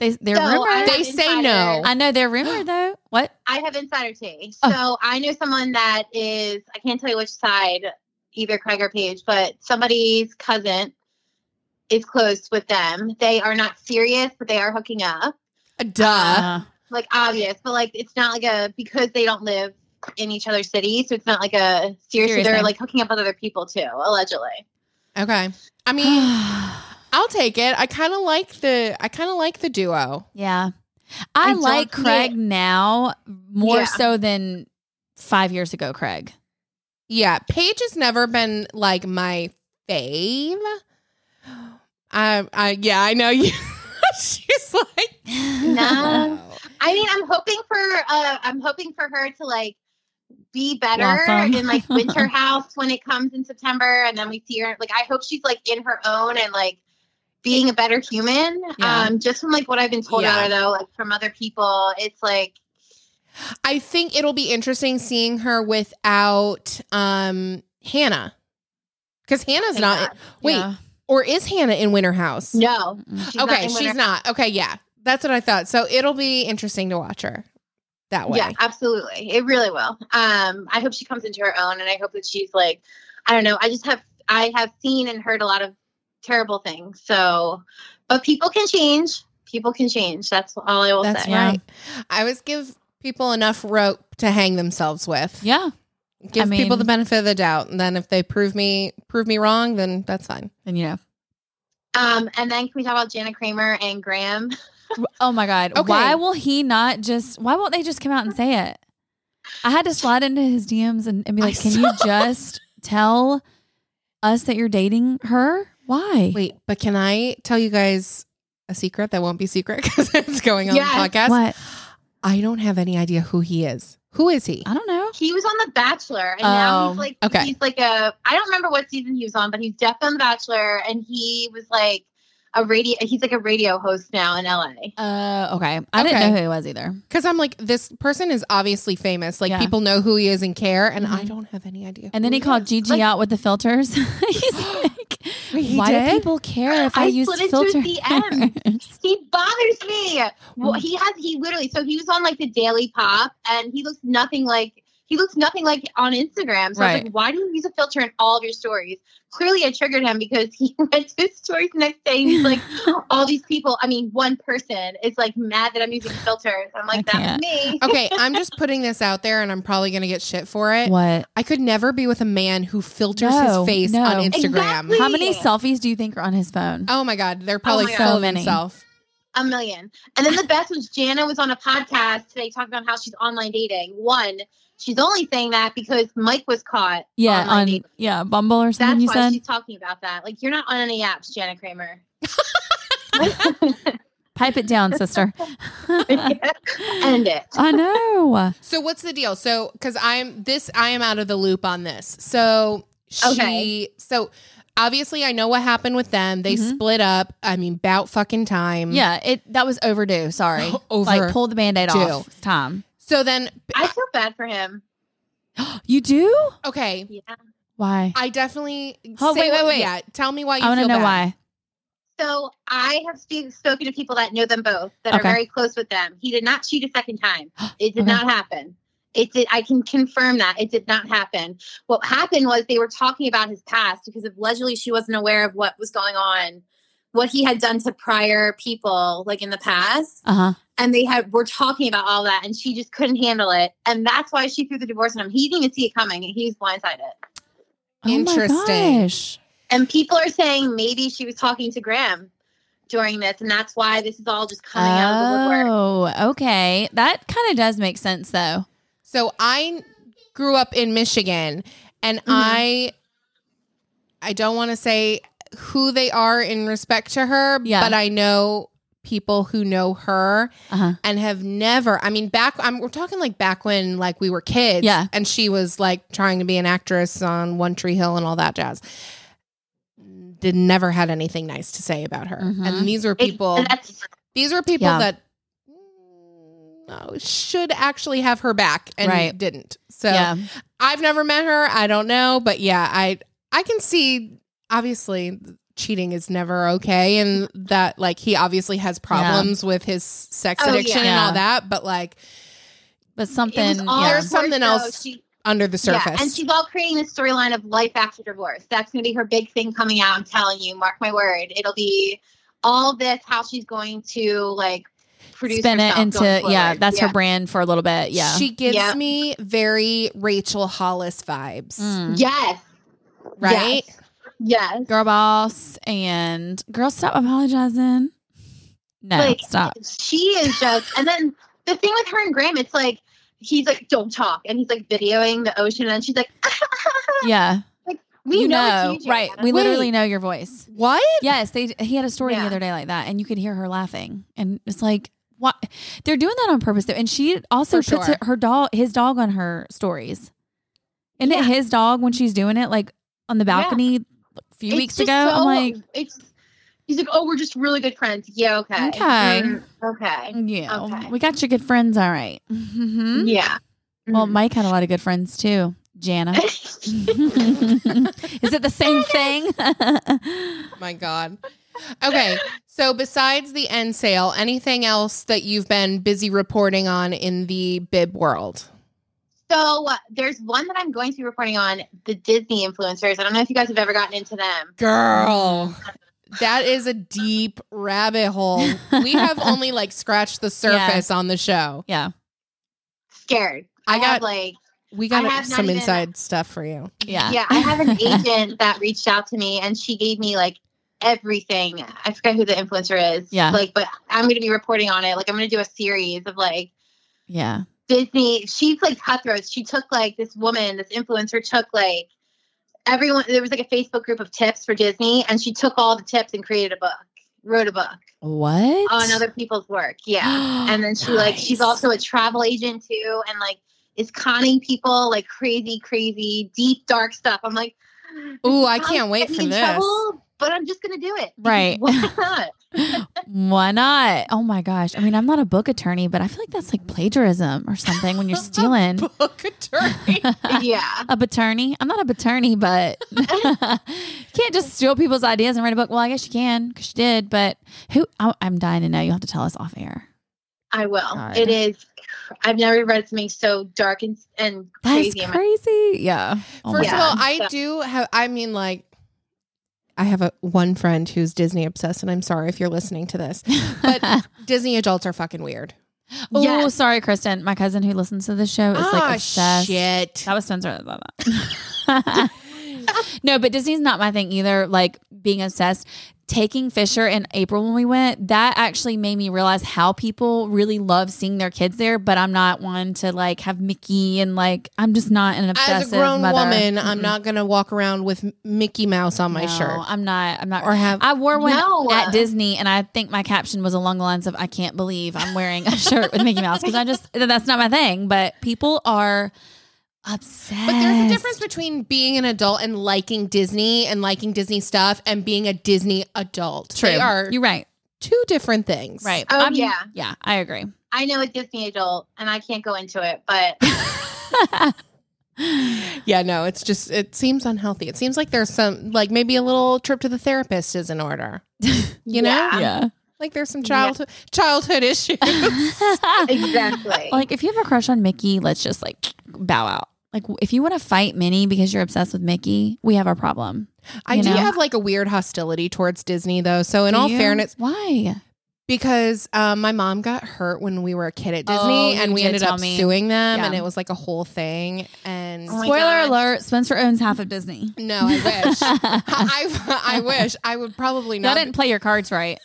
[SPEAKER 2] They they're
[SPEAKER 4] So, I
[SPEAKER 2] rumored.
[SPEAKER 3] They
[SPEAKER 4] have
[SPEAKER 3] say no.
[SPEAKER 2] I know they're rumored though. What?
[SPEAKER 4] I have insider tea. So
[SPEAKER 2] Oh.
[SPEAKER 4] I know someone that is, I can't tell you which side, either Craig or Paige, but somebody's cousin is close with them. They are not serious, but they are hooking up.
[SPEAKER 3] Duh.
[SPEAKER 2] Uh,
[SPEAKER 3] (gasps)
[SPEAKER 4] Like obvious, but like it's not like a because they don't live in each other's city, so it's not like a serious.
[SPEAKER 2] Serious
[SPEAKER 4] they're
[SPEAKER 2] thing.
[SPEAKER 4] like hooking up with other people too, allegedly.
[SPEAKER 3] okay.
[SPEAKER 2] (sighs)
[SPEAKER 3] I (sighs) mean, I'll take it. I kind of like the I kind of like the duo.
[SPEAKER 2] yeah. I,
[SPEAKER 4] I don't
[SPEAKER 2] like
[SPEAKER 4] see
[SPEAKER 2] Craig
[SPEAKER 4] it.
[SPEAKER 2] now more
[SPEAKER 4] Yeah.
[SPEAKER 2] so than five years ago,
[SPEAKER 3] (laughs)
[SPEAKER 2] Craig.
[SPEAKER 3] Yeah, Paige has never been like my fave. (gasps) I I yeah, I know you. (laughs) She's like
[SPEAKER 4] No.
[SPEAKER 2] (laughs)
[SPEAKER 3] Um,
[SPEAKER 4] I mean, I'm hoping for uh, I'm hoping for her to like be better
[SPEAKER 2] Blossom.
[SPEAKER 4] in like
[SPEAKER 3] (laughs)
[SPEAKER 4] Winter House when it comes in September, and then we see her. Like, I hope she's like in her own and like being a better human.
[SPEAKER 2] Yeah.
[SPEAKER 4] Um, just from like what I've been told
[SPEAKER 3] Yeah.
[SPEAKER 4] about her though, like from other people, it's like
[SPEAKER 3] I think it'll be interesting seeing her without um Hannah. Cuz Hannah's
[SPEAKER 4] Thank
[SPEAKER 3] not
[SPEAKER 4] God.
[SPEAKER 3] Wait,
[SPEAKER 2] Yeah.
[SPEAKER 3] or is Hannah in Winter House?
[SPEAKER 4] no.
[SPEAKER 2] Mm-mm.
[SPEAKER 4] She's
[SPEAKER 3] okay,
[SPEAKER 4] in
[SPEAKER 3] she's
[SPEAKER 4] Winter-
[SPEAKER 3] not. Okay, yeah. That's what I thought. So it'll be interesting to watch her that way.
[SPEAKER 4] Yeah, absolutely. It really will. Um, I hope she comes into her own, and I hope that she's like, I don't know. I just have I have seen and heard a lot of terrible things. So, but people can change. People can change. That's all I will
[SPEAKER 3] That's
[SPEAKER 4] say.
[SPEAKER 2] Yeah.
[SPEAKER 3] right. I always give people enough rope to hang themselves with.
[SPEAKER 2] Yeah.
[SPEAKER 3] Give
[SPEAKER 2] I mean-
[SPEAKER 3] people the benefit of the doubt, and then if they prove me prove me wrong, then that's fine.
[SPEAKER 2] And you know.
[SPEAKER 3] (laughs)
[SPEAKER 4] Um, and then can we talk about Jana Kramer and Graham? (laughs)
[SPEAKER 2] Oh my God.
[SPEAKER 3] Okay.
[SPEAKER 2] Why will he not just, why won't they just come out and say it? I had to slide into his DMs and, and be
[SPEAKER 3] I
[SPEAKER 2] like, can you just tell us that you're dating her? Why?
[SPEAKER 3] Wait, but can I tell you guys a secret that won't be secret (laughs) because it's going on
[SPEAKER 4] Yes.
[SPEAKER 3] the podcast?
[SPEAKER 2] what?
[SPEAKER 3] I don't have any idea who he is. Who is he?
[SPEAKER 2] I don't know.
[SPEAKER 4] He was on The Bachelor, and now
[SPEAKER 2] Oh,
[SPEAKER 4] he's like,
[SPEAKER 3] okay.
[SPEAKER 4] he's like a I don't remember what season he was on, but he's definitely on The Bachelor, and he was like a radio. He's like a radio host now in LA.
[SPEAKER 2] Uh, okay. I didn't
[SPEAKER 3] Okay.
[SPEAKER 2] know who he was either.
[SPEAKER 3] Because I'm like, this person is obviously famous. Like
[SPEAKER 2] Yeah.
[SPEAKER 3] people know who he is and care, and I
[SPEAKER 2] Mhm.
[SPEAKER 3] don't have any idea.
[SPEAKER 2] And then
[SPEAKER 3] who
[SPEAKER 2] he called
[SPEAKER 3] is.
[SPEAKER 2] Gigi
[SPEAKER 4] Like-
[SPEAKER 2] out with the filters. (laughs)
[SPEAKER 3] (gasps)
[SPEAKER 2] He's like,
[SPEAKER 3] Wait, he
[SPEAKER 2] why
[SPEAKER 3] did?
[SPEAKER 2] do people care if I,
[SPEAKER 4] I
[SPEAKER 2] use
[SPEAKER 4] slid into
[SPEAKER 2] (laughs)
[SPEAKER 4] his
[SPEAKER 2] filters?
[SPEAKER 4] DMs. He bothers me. Well,
[SPEAKER 2] Mm.
[SPEAKER 4] he has he literally so he was on like the Daily Pop, and he looks nothing like he looks nothing like on Instagram. So I was
[SPEAKER 2] Right.
[SPEAKER 4] like, why do you use a filter in all of your stories? Clearly, I triggered him because he (laughs) went to his stories the next day. And he's
[SPEAKER 2] (laughs)
[SPEAKER 4] like, all these people. I mean, one person is like mad that I'm using filters. I'm like,
[SPEAKER 2] I Oh.
[SPEAKER 4] that's me.
[SPEAKER 3] (laughs) okay, I'm just putting this out there, and I'm probably gonna get shit for it.
[SPEAKER 2] what?
[SPEAKER 3] I could never be with a man who filters
[SPEAKER 2] No,
[SPEAKER 3] his face
[SPEAKER 2] no.
[SPEAKER 3] on Instagram.
[SPEAKER 4] Exactly.
[SPEAKER 2] How many
[SPEAKER 4] Please.
[SPEAKER 2] selfies do you think are on his phone?
[SPEAKER 3] Oh my god, they're probably
[SPEAKER 4] my
[SPEAKER 3] so
[SPEAKER 4] God.
[SPEAKER 3] full
[SPEAKER 2] So
[SPEAKER 3] of
[SPEAKER 2] many.
[SPEAKER 3] himself.
[SPEAKER 4] A million. And then the best was Jana was on a podcast today talking about how she's online dating. One, she's only saying that because Mike was caught.
[SPEAKER 2] yeah,
[SPEAKER 4] online
[SPEAKER 2] on
[SPEAKER 4] dating.
[SPEAKER 2] yeah Bumble or something.
[SPEAKER 4] That's
[SPEAKER 2] you
[SPEAKER 4] why
[SPEAKER 2] said
[SPEAKER 4] (laughs) she's talking about that. Like, you're not on any apps, Jana
[SPEAKER 2] (laughs)
[SPEAKER 4] Kramer.
[SPEAKER 2] pipe it down, sister.
[SPEAKER 4] End it.
[SPEAKER 2] I know.
[SPEAKER 3] So what's the deal? So because I'm this, I am out of the loop on this. So she,
[SPEAKER 4] Okay.
[SPEAKER 3] so obviously I know what happened with them. They
[SPEAKER 2] Mhm.
[SPEAKER 3] split up. I mean, bout fucking time.
[SPEAKER 2] Yeah, it that was (laughs) overdue. Sorry,
[SPEAKER 3] Oh, Over.
[SPEAKER 2] Like pull the band-aid off. It's time.
[SPEAKER 3] so then,
[SPEAKER 4] I feel bad for him.
[SPEAKER 2] you do?
[SPEAKER 3] Okay.
[SPEAKER 4] Yeah.
[SPEAKER 2] Why?
[SPEAKER 3] I definitely.
[SPEAKER 2] Oh,
[SPEAKER 3] say
[SPEAKER 2] wait, wait,
[SPEAKER 3] what-
[SPEAKER 2] wait.
[SPEAKER 3] Yeah, tell me why you
[SPEAKER 2] I want to
[SPEAKER 3] feel
[SPEAKER 2] know
[SPEAKER 3] bad.
[SPEAKER 2] why.
[SPEAKER 4] So I have spe- spoken to people that know them both that are
[SPEAKER 2] Okay.
[SPEAKER 4] very close with them. He did not cheat a
[SPEAKER 2] (gasps)
[SPEAKER 4] second time. It did
[SPEAKER 2] Okay.
[SPEAKER 4] not happen. It did. I can confirm that it did not happen. What happened was they were talking about his past because of allegedly she wasn't aware of what was going on, what he had done to prior people like in the past,
[SPEAKER 2] Uh huh.
[SPEAKER 4] and they had were talking about all that, and she just couldn't handle it, and that's why she threw the divorce on him. He didn't even see it coming, and he was blindsided.
[SPEAKER 2] Oh
[SPEAKER 3] Interesting.
[SPEAKER 2] my gosh.
[SPEAKER 4] And people are saying maybe she was talking to Graham during this, and that's why this is all just coming out of the woodwork.
[SPEAKER 2] Oh, okay. That kind of does make sense, though.
[SPEAKER 3] So I grew up in Michigan, and
[SPEAKER 2] Mm-hmm.
[SPEAKER 3] I I don't want to say who they are in respect to her,
[SPEAKER 2] Yeah.
[SPEAKER 3] but I know people who know her
[SPEAKER 2] Uh huh.
[SPEAKER 3] and have never. I mean, back I'm, we're talking like back when like we were kids,
[SPEAKER 2] Yeah.
[SPEAKER 3] and she was like trying to be an actress on One Tree Hill and all that jazz. Did never had anything nice to say about her,
[SPEAKER 2] Mhm.
[SPEAKER 3] and these were
[SPEAKER 4] It-
[SPEAKER 3] people.
[SPEAKER 4] that's-
[SPEAKER 3] These were people
[SPEAKER 2] Yeah.
[SPEAKER 3] that mm, oh, should actually have her back and
[SPEAKER 2] Right.
[SPEAKER 3] didn't. So
[SPEAKER 2] yeah.
[SPEAKER 3] I've never met her. I don't know, but yeah, I I can see obviously cheating is never okay and that like he obviously has problems with his sex
[SPEAKER 4] Oh,
[SPEAKER 3] addiction
[SPEAKER 2] yeah.
[SPEAKER 3] and
[SPEAKER 2] Yeah.
[SPEAKER 3] all that, but like
[SPEAKER 2] But
[SPEAKER 4] it was
[SPEAKER 2] something.
[SPEAKER 4] all
[SPEAKER 2] yeah.
[SPEAKER 3] There's something
[SPEAKER 4] divorce, though.
[SPEAKER 3] else
[SPEAKER 4] She-
[SPEAKER 3] under the surface.
[SPEAKER 4] Yeah, and she's all creating this storyline of life after divorce. That's going to be her big thing coming out. I'm telling you, mark my word. It'll be all this how she's going to like produce
[SPEAKER 2] Spin it
[SPEAKER 4] herself
[SPEAKER 2] into.
[SPEAKER 4] going
[SPEAKER 2] Yeah.
[SPEAKER 4] forward.
[SPEAKER 2] That's
[SPEAKER 4] yeah.
[SPEAKER 2] her brand for a little bit. Yeah.
[SPEAKER 3] She gives
[SPEAKER 4] Yeah.
[SPEAKER 3] me very Rachel Hollis vibes,
[SPEAKER 2] Mm.
[SPEAKER 4] Yes,
[SPEAKER 3] right?
[SPEAKER 4] yes.
[SPEAKER 2] Girl boss and girl, stop apologizing. No,
[SPEAKER 4] Like,
[SPEAKER 2] stop.
[SPEAKER 4] she is just and then the thing with her and graham it's like he's like don't talk and he's like videoing the ocean and she's like (laughs)
[SPEAKER 2] Yeah.
[SPEAKER 4] we
[SPEAKER 2] you
[SPEAKER 4] know,
[SPEAKER 2] know,
[SPEAKER 4] it's you,
[SPEAKER 2] right?
[SPEAKER 4] Jana.
[SPEAKER 2] We
[SPEAKER 3] Wait.
[SPEAKER 2] literally know your voice.
[SPEAKER 3] What?
[SPEAKER 2] Yes, they. He had a story the
[SPEAKER 4] Yeah.
[SPEAKER 2] other day like that, and you could hear her laughing, and it's like, what? They're doing that on purpose, though. And she also
[SPEAKER 3] For
[SPEAKER 2] puts
[SPEAKER 3] sure.
[SPEAKER 2] her, her dog, his dog, on her stories. Isn't
[SPEAKER 4] Yeah.
[SPEAKER 2] it his dog when she's doing it, like on the
[SPEAKER 4] Yeah.
[SPEAKER 2] balcony a few
[SPEAKER 4] It's
[SPEAKER 2] weeks
[SPEAKER 4] just
[SPEAKER 2] ago? I'm
[SPEAKER 4] so-
[SPEAKER 2] like,
[SPEAKER 4] it's he's like oh we're just really good friends yeah okay
[SPEAKER 2] Okay.
[SPEAKER 4] Mm, okay
[SPEAKER 2] yeah,
[SPEAKER 4] Okay. Mm-hmm.
[SPEAKER 2] we got you good friends, all right. Mhm.
[SPEAKER 4] yeah Mm-hmm.
[SPEAKER 2] Well,
[SPEAKER 4] Mm.
[SPEAKER 2] Mike had a lot of good friends too.
[SPEAKER 4] (laughs)
[SPEAKER 2] Jana, is it the same thing?
[SPEAKER 3] My God. Okay. So, besides the end sale, anything else that you've been busy reporting on in the bib world?
[SPEAKER 4] so uh, there's one that i'm going to be reporting on the disney influencers i don't know if you guys have ever gotten into them
[SPEAKER 3] Girl, that is a deep rabbit hole.
[SPEAKER 2] (laughs)
[SPEAKER 3] We
[SPEAKER 4] (laughs)
[SPEAKER 3] have only like scratched the surface on the show.
[SPEAKER 2] yeah,
[SPEAKER 4] scared
[SPEAKER 3] I
[SPEAKER 4] i,
[SPEAKER 3] got-
[SPEAKER 4] have like
[SPEAKER 3] We
[SPEAKER 4] I
[SPEAKER 3] got
[SPEAKER 4] have not
[SPEAKER 3] some
[SPEAKER 4] even-
[SPEAKER 3] inside stuff for you.
[SPEAKER 2] yeah,
[SPEAKER 4] Yeah, I
[SPEAKER 2] (laughs)
[SPEAKER 4] have an agent that reached out to me and she gave me like everything. I forget who the influencer is.
[SPEAKER 2] Yeah.
[SPEAKER 4] Like, but I'm going to be reporting on it. Like, I'm going to do a series of like
[SPEAKER 2] yeah.
[SPEAKER 4] Disney. She's like cutthroat. She took like this woman, this influencer took like everyone. There was like a Facebook group of tips for Disney and she took all the tips and created a book, wrote a book
[SPEAKER 2] What? (gasps)
[SPEAKER 4] on other people's work. Oh, Yeah. And then she like, she's
[SPEAKER 2] Nice.
[SPEAKER 4] also a travel agent too. And like, is conning people like crazy, crazy, deep, dark stuff. I'm like,
[SPEAKER 3] Ooh, I
[SPEAKER 4] I'll
[SPEAKER 3] can't wait
[SPEAKER 4] get me
[SPEAKER 3] for
[SPEAKER 4] in
[SPEAKER 3] this.
[SPEAKER 4] trouble, but I'm just gonna do it. (laughs) because
[SPEAKER 2] Right.
[SPEAKER 4] Why not?
[SPEAKER 2] Why not? Oh my gosh. I mean, I'm not a book attorney, but I feel like that's like plagiarism or something
[SPEAKER 4] (laughs)
[SPEAKER 2] when you're stealing.
[SPEAKER 3] (laughs) Book
[SPEAKER 4] Oh
[SPEAKER 3] attorney.
[SPEAKER 4] yeah.
[SPEAKER 2] A attorney? I'm not a attorney, but (laughs) you can't just steal people's ideas and write a book. Well, I guess you can because you did, but who? I, I'm dying to know. You'll have to tell us off air.
[SPEAKER 4] I will.
[SPEAKER 2] God.
[SPEAKER 4] It is. I've never read something so dark and and
[SPEAKER 2] That's
[SPEAKER 4] crazy.
[SPEAKER 2] crazy.
[SPEAKER 4] in my-
[SPEAKER 2] Yeah. Oh my
[SPEAKER 3] First
[SPEAKER 4] Yeah.
[SPEAKER 3] of all, I
[SPEAKER 4] So-
[SPEAKER 3] do have. I mean, like, I have a one friend who's Disney obsessed, and I'm sorry if you're listening to this.
[SPEAKER 2] God. (laughs)
[SPEAKER 4] (laughs)
[SPEAKER 3] Disney adults are fucking weird.
[SPEAKER 2] oh,
[SPEAKER 4] Yes.
[SPEAKER 2] sorry, Kristen. My cousin who listens to this show is
[SPEAKER 3] Ah,
[SPEAKER 2] like obsessed.
[SPEAKER 3] shit.
[SPEAKER 2] That was Spencer. that thought that. (laughs) no, but Disney's not my thing either. Like being obsessed. Taking Fisher in April when we went, that actually made me realize how people really love seeing their kids there. But I'm not one to like have Mickey and like I'm just not an obsessive
[SPEAKER 3] As a grown
[SPEAKER 2] mother.
[SPEAKER 3] woman, I'm
[SPEAKER 2] Mm-mm.
[SPEAKER 3] not gonna walk around with M- Mickey Mouse on my
[SPEAKER 2] No,
[SPEAKER 3] shirt
[SPEAKER 2] I'm not. I'm not.
[SPEAKER 3] or have.
[SPEAKER 2] I wore one
[SPEAKER 4] No.
[SPEAKER 2] at Disney, and I think my caption was along the lines of "I can't believe I'm wearing a shirt with Mickey Mouse" because I just that's not my thing. But people are obsessed.
[SPEAKER 3] but there's a difference between being an adult and liking Disney and liking Disney stuff and being a Disney adult.
[SPEAKER 2] True.
[SPEAKER 3] They are
[SPEAKER 2] You're right.
[SPEAKER 3] two different things.
[SPEAKER 2] Right.
[SPEAKER 4] Oh, yeah.
[SPEAKER 2] Yeah, I agree.
[SPEAKER 4] I know a Disney adult, and I can't go into it, but
[SPEAKER 3] Yeah, no, it's just it seems unhealthy. It seems like there's some like maybe a little trip to the therapist is in order. (laughs) You know?
[SPEAKER 4] Yeah.
[SPEAKER 2] (laughs) yeah.
[SPEAKER 3] Like there's some
[SPEAKER 4] Yeah.
[SPEAKER 3] childhood childhood issues.
[SPEAKER 4] Exactly.
[SPEAKER 2] like if you have a crush on Mickey, let's just like bow out. Like if you want to fight Minnie because you're obsessed with Mickey, we have a problem.
[SPEAKER 3] (laughs) I
[SPEAKER 2] You
[SPEAKER 3] do
[SPEAKER 2] know?
[SPEAKER 3] have like a weird hostility towards Disney though. So in
[SPEAKER 2] Do
[SPEAKER 3] all
[SPEAKER 2] you?
[SPEAKER 3] fairness,
[SPEAKER 2] why?
[SPEAKER 3] because um, my mom got hurt when we were a kid at Disney,
[SPEAKER 2] Oh, you
[SPEAKER 3] and we
[SPEAKER 2] did
[SPEAKER 3] ended
[SPEAKER 2] tell
[SPEAKER 3] up
[SPEAKER 2] me.
[SPEAKER 3] suing them,
[SPEAKER 2] Yeah.
[SPEAKER 3] and it was like a whole thing. And
[SPEAKER 4] Oh my
[SPEAKER 2] Spoiler
[SPEAKER 4] God.
[SPEAKER 2] alert: Spencer owns half of Disney. (laughs)
[SPEAKER 3] no, I wish. I, I wish I would probably
[SPEAKER 2] Y'all
[SPEAKER 3] not.
[SPEAKER 2] didn't play your cards right.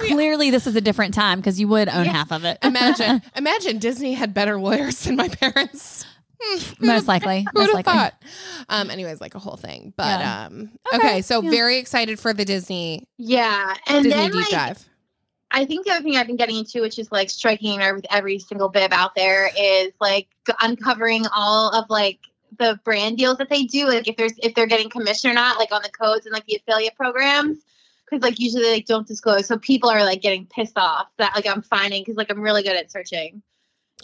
[SPEAKER 2] Clearly, this is a different time because you would own half of it.
[SPEAKER 3] (laughs) imagine, imagine Disney had better lawyers than my parents.
[SPEAKER 2] (laughs)
[SPEAKER 3] (laughs) Hmm,
[SPEAKER 2] most likely.
[SPEAKER 3] Who
[SPEAKER 2] most
[SPEAKER 3] would have
[SPEAKER 2] likely.
[SPEAKER 3] thought? Um, anyways, like a whole thing. But
[SPEAKER 2] Yeah.
[SPEAKER 3] um, okay,
[SPEAKER 2] Okay,
[SPEAKER 3] so
[SPEAKER 2] yeah.
[SPEAKER 3] very excited for the Disney
[SPEAKER 4] Yeah. And
[SPEAKER 3] Disney
[SPEAKER 4] then
[SPEAKER 3] deep
[SPEAKER 4] like,
[SPEAKER 3] dive.
[SPEAKER 4] I think the other thing I've been getting into, which is like striking her with every single bib out there, is like g- uncovering all of like the brand deals that they do, like if there's if they're getting commission or not, like on the codes and like the affiliate programs, because like usually they like, don't disclose, so people are like getting pissed off that like I'm finding because like I'm really good at searching.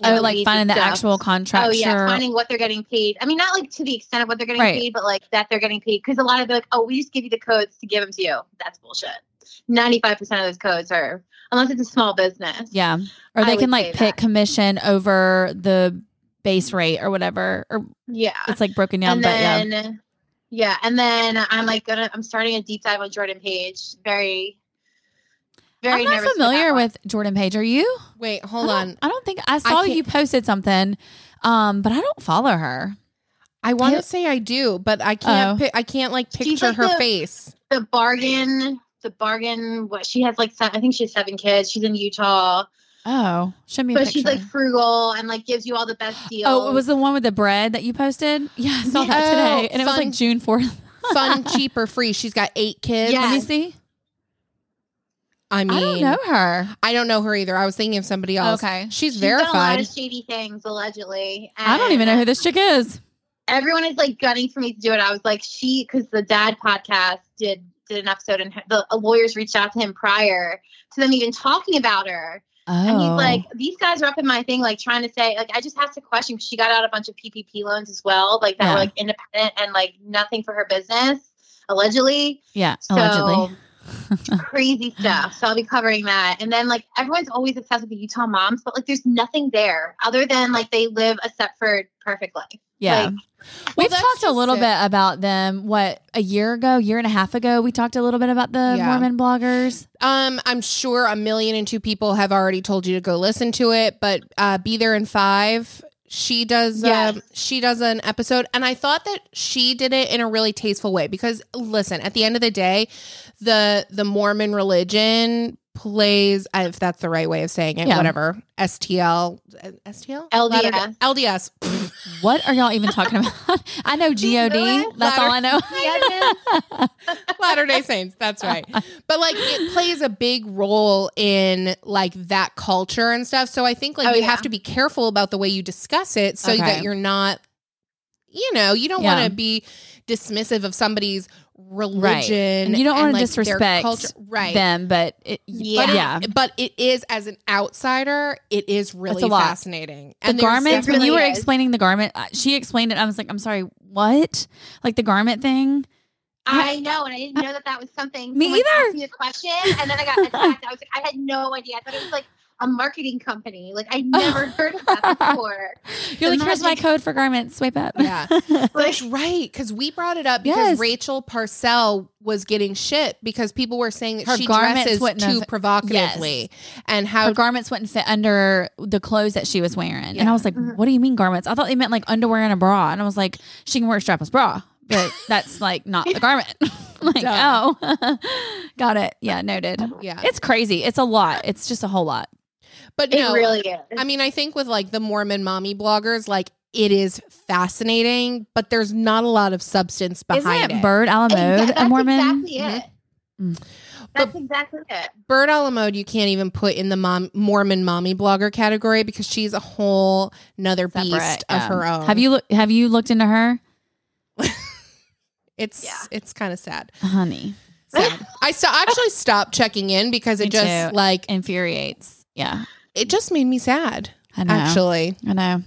[SPEAKER 2] Oh,
[SPEAKER 4] know,
[SPEAKER 2] like
[SPEAKER 4] leads
[SPEAKER 2] finding
[SPEAKER 4] and
[SPEAKER 2] the
[SPEAKER 4] stuff.
[SPEAKER 2] actual contract.
[SPEAKER 4] Oh yeah,
[SPEAKER 2] sure.
[SPEAKER 4] finding what they're getting paid. I mean, not like to the extent of what they're getting
[SPEAKER 2] Right.
[SPEAKER 4] paid, but like that they're getting paid because a lot of they're like, oh, we just give you the codes to give them to you. That's bullshit. Ninety-five percent of those codes are, unless it's a small business.
[SPEAKER 2] Yeah. Or
[SPEAKER 4] I
[SPEAKER 2] they
[SPEAKER 4] would
[SPEAKER 2] can
[SPEAKER 4] say
[SPEAKER 2] like pick
[SPEAKER 4] that.
[SPEAKER 2] commission over the base rate or whatever. Or
[SPEAKER 4] yeah.
[SPEAKER 2] it's like broken down,
[SPEAKER 4] and
[SPEAKER 2] but yeah.
[SPEAKER 4] then, yeah. and then I'm like gonna, I'm starting a deep dive on Jordan Page. Very, very.
[SPEAKER 2] I'm not
[SPEAKER 4] nervous for that
[SPEAKER 2] familiar
[SPEAKER 4] one.
[SPEAKER 2] with Jordan Page. Are you?
[SPEAKER 3] Wait,
[SPEAKER 4] oh,
[SPEAKER 3] hold
[SPEAKER 2] I don't-
[SPEAKER 3] on.
[SPEAKER 2] I don't think I saw
[SPEAKER 3] can't-
[SPEAKER 2] you posted something, um, but I don't follow her.
[SPEAKER 3] I want
[SPEAKER 2] Who-
[SPEAKER 3] to say I do, but I can't.
[SPEAKER 2] Oh.
[SPEAKER 3] Pi- I can't like
[SPEAKER 4] She's
[SPEAKER 3] picture
[SPEAKER 4] like
[SPEAKER 3] her
[SPEAKER 4] the-
[SPEAKER 3] face.
[SPEAKER 4] the bargain. The bargain. What she has like, se- I think she has seven kids. She's in Utah,
[SPEAKER 2] Oh, show me. a
[SPEAKER 4] but
[SPEAKER 2] picture.
[SPEAKER 4] she's like frugal and like gives you all the best deals.
[SPEAKER 2] oh, it was the one with the bread that you posted. (laughs) Yeah, I saw that
[SPEAKER 3] Yeah.
[SPEAKER 2] today, and it was
[SPEAKER 3] Fun.
[SPEAKER 2] like June
[SPEAKER 4] (laughs)
[SPEAKER 2] fourth.
[SPEAKER 3] Fun, cheap, or free. She's got eight kids.
[SPEAKER 4] Yeah.
[SPEAKER 2] Let me
[SPEAKER 4] Yes.
[SPEAKER 2] see.
[SPEAKER 3] I mean,
[SPEAKER 2] I don't know her.
[SPEAKER 3] I don't know her either. I was thinking of somebody else.
[SPEAKER 2] Okay.
[SPEAKER 3] She's,
[SPEAKER 4] She's done a lot
[SPEAKER 3] verified.
[SPEAKER 4] of shady things allegedly.
[SPEAKER 2] I don't even know who this chick is.
[SPEAKER 4] Everyone is like gunning for me to do it. I was like, she because the dad podcast did did an episode and the uh, lawyers reached out to him prior to them even talking about her.
[SPEAKER 2] Oh,
[SPEAKER 4] And he's like, these guys are up in my thing, like trying to say, like, I just have to question 'cause she got out a bunch of PPP loans as well, like that
[SPEAKER 2] Yeah.
[SPEAKER 4] were like independent and like nothing for her business, allegedly.
[SPEAKER 2] yeah,
[SPEAKER 4] So
[SPEAKER 2] allegedly.
[SPEAKER 4] crazy stuff. So I'll be covering that. And then like everyone's always obsessed with the Utah moms, but like there's nothing there other than like they live a Stepford perfect life.
[SPEAKER 2] Yeah.
[SPEAKER 4] like-
[SPEAKER 2] We've
[SPEAKER 3] that's
[SPEAKER 2] talked a
[SPEAKER 3] just
[SPEAKER 2] little
[SPEAKER 3] it.
[SPEAKER 2] bit about them. What a year ago, year and a half ago, we talked a little bit about the
[SPEAKER 3] Yeah.
[SPEAKER 2] Mormon bloggers.
[SPEAKER 3] Um, I'm sure a million and two people have already told you to go listen to it, but uh, be there in five. She does.
[SPEAKER 4] Yes.
[SPEAKER 3] Um, she does an episode, and I thought that she did it in a really tasteful way because listen, at the end of the day, the the Mormon religion plays if that's the right way of saying it,
[SPEAKER 2] Yeah.
[SPEAKER 3] whatever. STL, STL,
[SPEAKER 4] LDS.
[SPEAKER 3] Latter- LDS.
[SPEAKER 2] What are y'all even talking about? (laughs) I know God. That's all I know.
[SPEAKER 3] Latter day Saints. That's right. But like it plays a big role in like that culture and stuff. So I think like
[SPEAKER 4] Oh,
[SPEAKER 3] you
[SPEAKER 4] yeah.
[SPEAKER 3] have to be careful about the way you discuss it so
[SPEAKER 2] Okay.
[SPEAKER 3] that you're not, you know, you don't
[SPEAKER 2] Yeah.
[SPEAKER 3] want to be dismissive of somebody's religion.
[SPEAKER 2] And you don't wanna
[SPEAKER 3] like, their
[SPEAKER 2] disrespect
[SPEAKER 3] culture. Right.
[SPEAKER 2] Them, but it,
[SPEAKER 4] Yeah.
[SPEAKER 2] yeah, yeah.
[SPEAKER 3] But it is as an outsider, it is really
[SPEAKER 2] a lot.
[SPEAKER 3] fascinating.
[SPEAKER 2] The
[SPEAKER 3] there's
[SPEAKER 2] garments. When
[SPEAKER 4] really
[SPEAKER 2] you were
[SPEAKER 4] is.
[SPEAKER 2] explaining the garment, uh, she explained it. I was like, I'm sorry, what? Like the garment thing?
[SPEAKER 4] (laughs) I know, and I didn't know that that was something.
[SPEAKER 2] Me
[SPEAKER 4] someone
[SPEAKER 2] either.
[SPEAKER 4] Asked me a question, and then I got attacked. I was like, I had no idea. I thought it was like a marketing company. Like
[SPEAKER 2] (laughs)
[SPEAKER 4] I never heard of that before.
[SPEAKER 2] You're like, here's my
[SPEAKER 4] Imagine-
[SPEAKER 2] code for garments. Swipe up. (laughs)
[SPEAKER 3] Yeah. That's right. Because we brought it up because
[SPEAKER 2] Yes.
[SPEAKER 3] Rachel Parcell was getting shit because people were saying that
[SPEAKER 2] Her
[SPEAKER 3] she
[SPEAKER 2] garments
[SPEAKER 3] dresses
[SPEAKER 2] wouldn't
[SPEAKER 3] too
[SPEAKER 2] have-
[SPEAKER 3] provocatively and how
[SPEAKER 2] her garments wouldn't fit under the clothes that she was wearing. And
[SPEAKER 3] Yeah.
[SPEAKER 2] I was like,
[SPEAKER 4] Mhm.
[SPEAKER 2] what do you mean garments? I thought they meant like underwear and a bra. And I was like, she can wear a strapless bra, but that's like not the garment. (laughs) like,
[SPEAKER 3] Duh.
[SPEAKER 2] oh, (laughs) got it. Yeah, noted.
[SPEAKER 3] yeah.
[SPEAKER 2] It's crazy. It's a lot. It's just a whole lot.
[SPEAKER 3] But
[SPEAKER 4] It
[SPEAKER 3] no,
[SPEAKER 4] really is.
[SPEAKER 3] I mean, I think with like the Mormon mommy bloggers, like it is fascinating, but there's not a lot of substance behind
[SPEAKER 2] Isn't
[SPEAKER 3] it.
[SPEAKER 2] Bird
[SPEAKER 4] Exa-
[SPEAKER 2] Alamode a
[SPEAKER 4] that's
[SPEAKER 2] Mormon?
[SPEAKER 4] exactly it.
[SPEAKER 2] Mhm.
[SPEAKER 4] That's exactly it.
[SPEAKER 3] Bird a la mode, you can't even put in the mom Mormon mommy blogger category because she's a whole nother
[SPEAKER 2] Separate,
[SPEAKER 3] beast of
[SPEAKER 2] yeah.
[SPEAKER 3] her own.
[SPEAKER 2] Have you look? Have you looked into her,
[SPEAKER 3] It's
[SPEAKER 4] Yeah.
[SPEAKER 3] it's kind of sad.
[SPEAKER 2] honey?
[SPEAKER 3] Sad. I st- actually stopped checking in because it
[SPEAKER 2] Me
[SPEAKER 3] just
[SPEAKER 2] too.
[SPEAKER 3] like
[SPEAKER 2] Infuriates. Yeah,
[SPEAKER 3] it just made me sad.
[SPEAKER 2] I know.
[SPEAKER 3] Actually,
[SPEAKER 2] I know.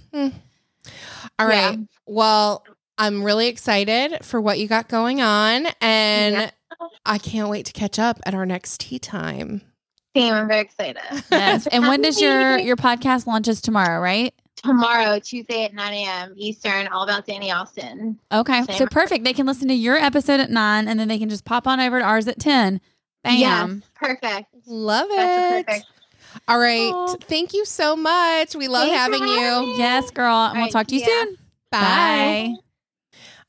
[SPEAKER 3] all right.
[SPEAKER 4] Yeah.
[SPEAKER 3] Well, I'm really excited for what you got going on, and I can't wait to catch up at our next tea time.
[SPEAKER 4] Same. I'm very excited.
[SPEAKER 2] Yes. And when does your
[SPEAKER 4] Happy
[SPEAKER 2] your podcast launches tomorrow, right?
[SPEAKER 4] tomorrow, Tuesday at 9 a.m. Eastern, all about Danny Austin.
[SPEAKER 2] Okay. So
[SPEAKER 4] Same.
[SPEAKER 2] perfect. They can listen to your episode at nine and then they can just pop on over to ours at ten. Bam.
[SPEAKER 4] Yes, perfect.
[SPEAKER 3] (laughs) Love
[SPEAKER 4] That's a
[SPEAKER 3] it.
[SPEAKER 4] perfect.
[SPEAKER 3] All right.
[SPEAKER 2] Aw.
[SPEAKER 3] Thank you so much. We love
[SPEAKER 4] Thanks for
[SPEAKER 3] having
[SPEAKER 4] having
[SPEAKER 3] you.
[SPEAKER 4] me.
[SPEAKER 2] Yes, girl. And we'll
[SPEAKER 4] Alright,
[SPEAKER 2] talk to you
[SPEAKER 4] see ya.
[SPEAKER 2] soon.
[SPEAKER 3] Bye.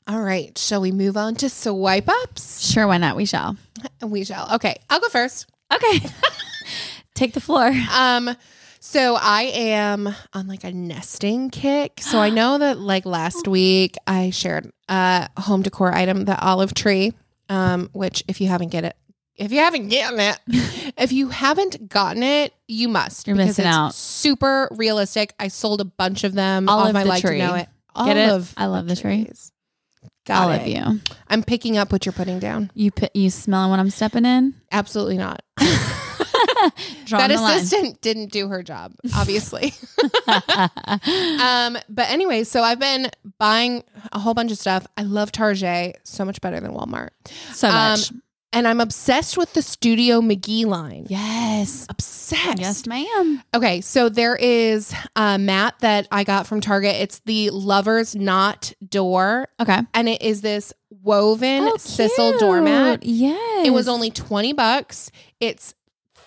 [SPEAKER 3] All right. Shall we move on to swipe ups?
[SPEAKER 2] Sure, why not? We shall.
[SPEAKER 3] We shall. Okay. I'll go first.
[SPEAKER 2] Okay. (laughs) Take the floor.
[SPEAKER 3] Um, so I am on like a nesting kick. So I know that
[SPEAKER 2] (gasps)
[SPEAKER 3] like last week I shared a home decor item, the olive tree. Um, which if you haven't get it, if you haven't gotten
[SPEAKER 2] (laughs)
[SPEAKER 3] it, if you haven't gotten it, you must.
[SPEAKER 2] You're
[SPEAKER 3] because
[SPEAKER 2] missing
[SPEAKER 3] it's
[SPEAKER 2] out.
[SPEAKER 3] Super realistic. I sold a bunch of them.
[SPEAKER 2] Olive
[SPEAKER 3] All my
[SPEAKER 2] the
[SPEAKER 3] life to
[SPEAKER 2] tree.
[SPEAKER 3] know it.
[SPEAKER 2] Get it?
[SPEAKER 3] Olive
[SPEAKER 2] I love the tree.
[SPEAKER 3] trees.
[SPEAKER 2] I
[SPEAKER 3] Got
[SPEAKER 2] love
[SPEAKER 3] it.
[SPEAKER 2] you.
[SPEAKER 3] I'm picking up what you're putting down.
[SPEAKER 2] You p- you smelling what I'm stepping
[SPEAKER 3] (laughs)
[SPEAKER 2] in? (laughs)
[SPEAKER 3] Absolutely not.
[SPEAKER 2] Drawing
[SPEAKER 3] that
[SPEAKER 2] the line.
[SPEAKER 3] assistant didn't do her job, obviously.
[SPEAKER 2] (laughs) I
[SPEAKER 3] um, but anyway, so I've been buying a whole bunch of stuff. I love Target so much better than Walmart.
[SPEAKER 2] so
[SPEAKER 3] um,
[SPEAKER 2] much.
[SPEAKER 3] And I'm obsessed with the Studio McGee line.
[SPEAKER 2] yes.
[SPEAKER 3] Obsessed.
[SPEAKER 2] Yes, ma'am.
[SPEAKER 3] Okay, so there is a mat that I got from Target. It's the Lover's Knot Door,
[SPEAKER 2] Okay.
[SPEAKER 3] and it is this woven
[SPEAKER 2] Oh,
[SPEAKER 3] sisal
[SPEAKER 2] cute.
[SPEAKER 3] doormat.
[SPEAKER 2] Yes.
[SPEAKER 3] It was only 20 bucks. It's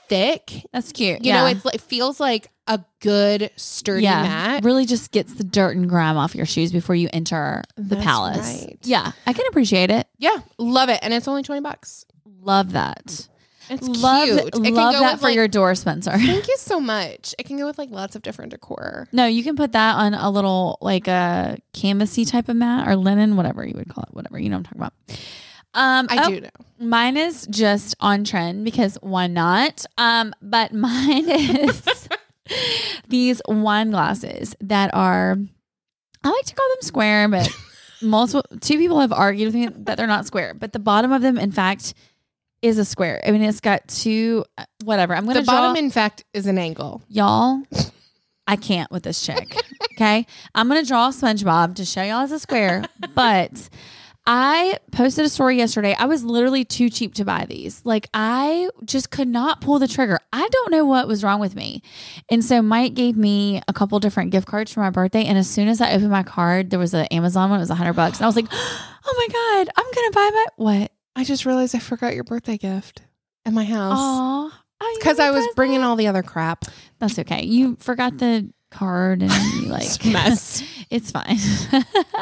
[SPEAKER 3] thick.
[SPEAKER 2] That's cute.
[SPEAKER 3] You
[SPEAKER 2] yeah.
[SPEAKER 3] know, it's, it feels like a good, sturdy mat.
[SPEAKER 2] Really just gets the dirt and grime off your shoes before you enter the
[SPEAKER 3] That's
[SPEAKER 2] palace.
[SPEAKER 3] right.
[SPEAKER 2] Yeah, I can appreciate it.
[SPEAKER 3] Yeah, love it. And it's only 20 bucks.
[SPEAKER 2] Love that.
[SPEAKER 3] It's
[SPEAKER 2] love
[SPEAKER 3] cute. It can
[SPEAKER 2] love
[SPEAKER 3] go
[SPEAKER 2] that
[SPEAKER 3] with,
[SPEAKER 2] for
[SPEAKER 3] like-
[SPEAKER 2] your door, Spencer. (laughs)
[SPEAKER 3] (laughs) Thank you so much. It can go with like lots of different decor.
[SPEAKER 2] No, you can put that on a little like a canvasy type of mat or linen, whatever you would call it, whatever you know what I'm talking about. Um,
[SPEAKER 3] I
[SPEAKER 2] oh,
[SPEAKER 3] do know.
[SPEAKER 2] Mine is just on trend because why not? Um, but (laughs) mine
[SPEAKER 3] (laughs)
[SPEAKER 2] is these wine glasses that are I like to call them square,
[SPEAKER 3] (laughs)
[SPEAKER 2] but multiple two people have argued with me that they're not square, but the bottom of them, in fact, is a square. I mean, it's got two uh, whatever. I'm gonna
[SPEAKER 3] The bottom,
[SPEAKER 2] draw-
[SPEAKER 3] in fact, is an angle.
[SPEAKER 2] y'all i can't with this chick okay i'm gonna draw spongebob to show y'all as a square but i posted a story yesterday i was literally too cheap to buy these like i just could not pull the trigger i don't know what was wrong with me and so mike gave me a couple different gift cards for my birthday and as soon as i opened my card there was an amazon one it was 100 bucks and i was like (gasps) oh my god i'm gonna buy my what
[SPEAKER 3] I just realized I forgot your birthday gift at my house
[SPEAKER 2] Aw, oh you
[SPEAKER 3] because
[SPEAKER 2] got me
[SPEAKER 3] I
[SPEAKER 2] a
[SPEAKER 3] was
[SPEAKER 2] present.
[SPEAKER 3] bringing all the other crap.
[SPEAKER 2] that's okay you forgot the card and you
[SPEAKER 3] (laughs)
[SPEAKER 2] like (laughs)
[SPEAKER 3] mess.
[SPEAKER 2] It's fine. (laughs)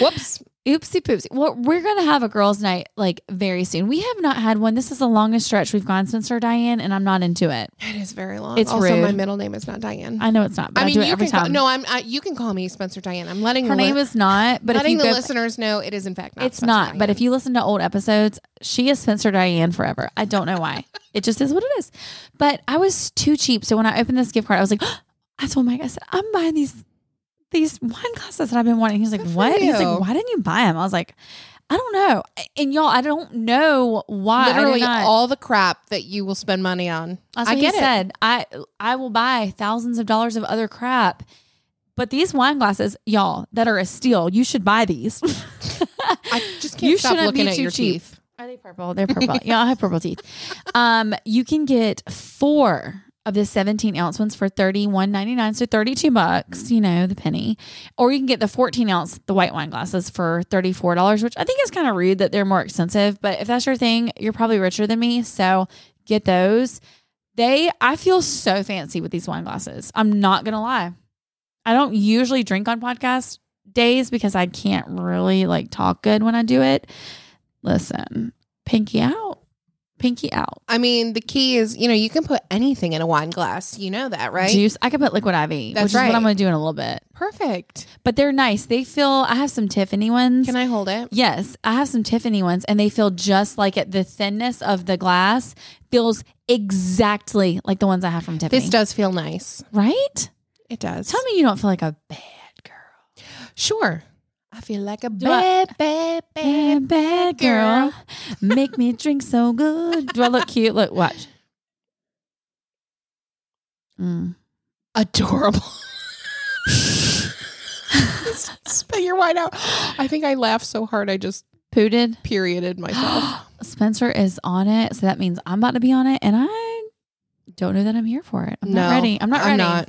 [SPEAKER 3] Whoops.
[SPEAKER 2] Oopsie poopsie. Well, we're gonna have a girls' night like very soon. We have not had one. This is the longest stretch we've gone Spencer Diane, and I'm not into it.
[SPEAKER 3] It is very long.
[SPEAKER 2] It's
[SPEAKER 3] also my
[SPEAKER 2] rude.
[SPEAKER 3] middle name is not Diane. I,
[SPEAKER 2] I know it's not. But I,
[SPEAKER 3] mean,
[SPEAKER 2] do it
[SPEAKER 3] you
[SPEAKER 2] every
[SPEAKER 3] can call,
[SPEAKER 2] time.
[SPEAKER 3] no. I'm. I, you can call me Spencer Diane. I'm letting
[SPEAKER 2] her
[SPEAKER 3] the li-
[SPEAKER 2] name is not. But if
[SPEAKER 3] letting
[SPEAKER 2] you
[SPEAKER 3] the
[SPEAKER 2] go,
[SPEAKER 3] listeners know it is in fact not.
[SPEAKER 2] it's
[SPEAKER 3] Spencer
[SPEAKER 2] not. But
[SPEAKER 3] Diane.
[SPEAKER 2] if you listen to old episodes, she is Spencer Diane forever. I don't know why. it just is what it is. But I was too cheap. So when I opened this gift card, I was like, (gasps) I told Mike, I said, I'm buying these these wine glasses that I've been wanting. He's like,
[SPEAKER 3] Good for
[SPEAKER 2] What? He's
[SPEAKER 3] you.
[SPEAKER 2] like, Why didn't you buy them? I was like, I don't know. And y'all, I don't know why. I did
[SPEAKER 3] literally
[SPEAKER 2] not-
[SPEAKER 3] all the crap that you will spend money on,
[SPEAKER 2] That's
[SPEAKER 3] I
[SPEAKER 2] what
[SPEAKER 3] get
[SPEAKER 2] he
[SPEAKER 3] it.
[SPEAKER 2] said. I I will buy thousands of dollars of other crap, but these wine glasses, y'all, that are a steal. You should buy these.
[SPEAKER 3] I just can't
[SPEAKER 2] You
[SPEAKER 3] stop
[SPEAKER 2] shouldn't
[SPEAKER 3] looking
[SPEAKER 2] be
[SPEAKER 3] at
[SPEAKER 2] too
[SPEAKER 3] your
[SPEAKER 2] cheap.
[SPEAKER 3] teeth.
[SPEAKER 2] Are they purple? They're purple. yeah, I have purple (laughs) teeth. Um, you can get four of the 17 ounce ones for $31.99, so 32 bucks, you know, the penny. Or you can get the 14 ounce, the white wine glasses for $34, which I think is kind of rude that they're more expensive. But if that's your thing, you're probably richer than me. So get those. They, I feel so fancy with these wine glasses. I'm not going to lie. I don't usually drink on podcast days because I can't really like talk good when I do it listen, pinky out, pinky out.
[SPEAKER 3] I mean, the key is, you know, you can put anything in a wine glass. You know that, right?
[SPEAKER 2] Juice. I could put liquid IV,
[SPEAKER 3] That's
[SPEAKER 2] which is
[SPEAKER 3] right.
[SPEAKER 2] what I'm going to do in a little bit.
[SPEAKER 3] Perfect.
[SPEAKER 2] But they're nice. They feel. I have some Tiffany ones.
[SPEAKER 3] Can I hold it?
[SPEAKER 2] Yes, I have some Tiffany ones, and they feel just like it. The thinness of the glass feels exactly like the ones I have from Tiffany.
[SPEAKER 3] This does feel nice.
[SPEAKER 2] right?
[SPEAKER 3] It does.
[SPEAKER 2] Tell me you don't feel like a bad girl.
[SPEAKER 3] Sure. I feel like a
[SPEAKER 2] I-
[SPEAKER 3] bad, bad, (laughs)
[SPEAKER 2] Bad,
[SPEAKER 3] bad.
[SPEAKER 2] bad girl. Make me drink so good. Do I look cute? Look, watch. Mm.
[SPEAKER 3] Adorable. (laughs) Spit your wine out. I think I laughed so hard I just
[SPEAKER 2] Pooted.
[SPEAKER 3] (gasps) perioded myself.
[SPEAKER 2] Spencer is on it, so that means I'm about to be on it, and I don't know that I'm here for it. I'm not ready. I'm not ready.
[SPEAKER 3] I'm not.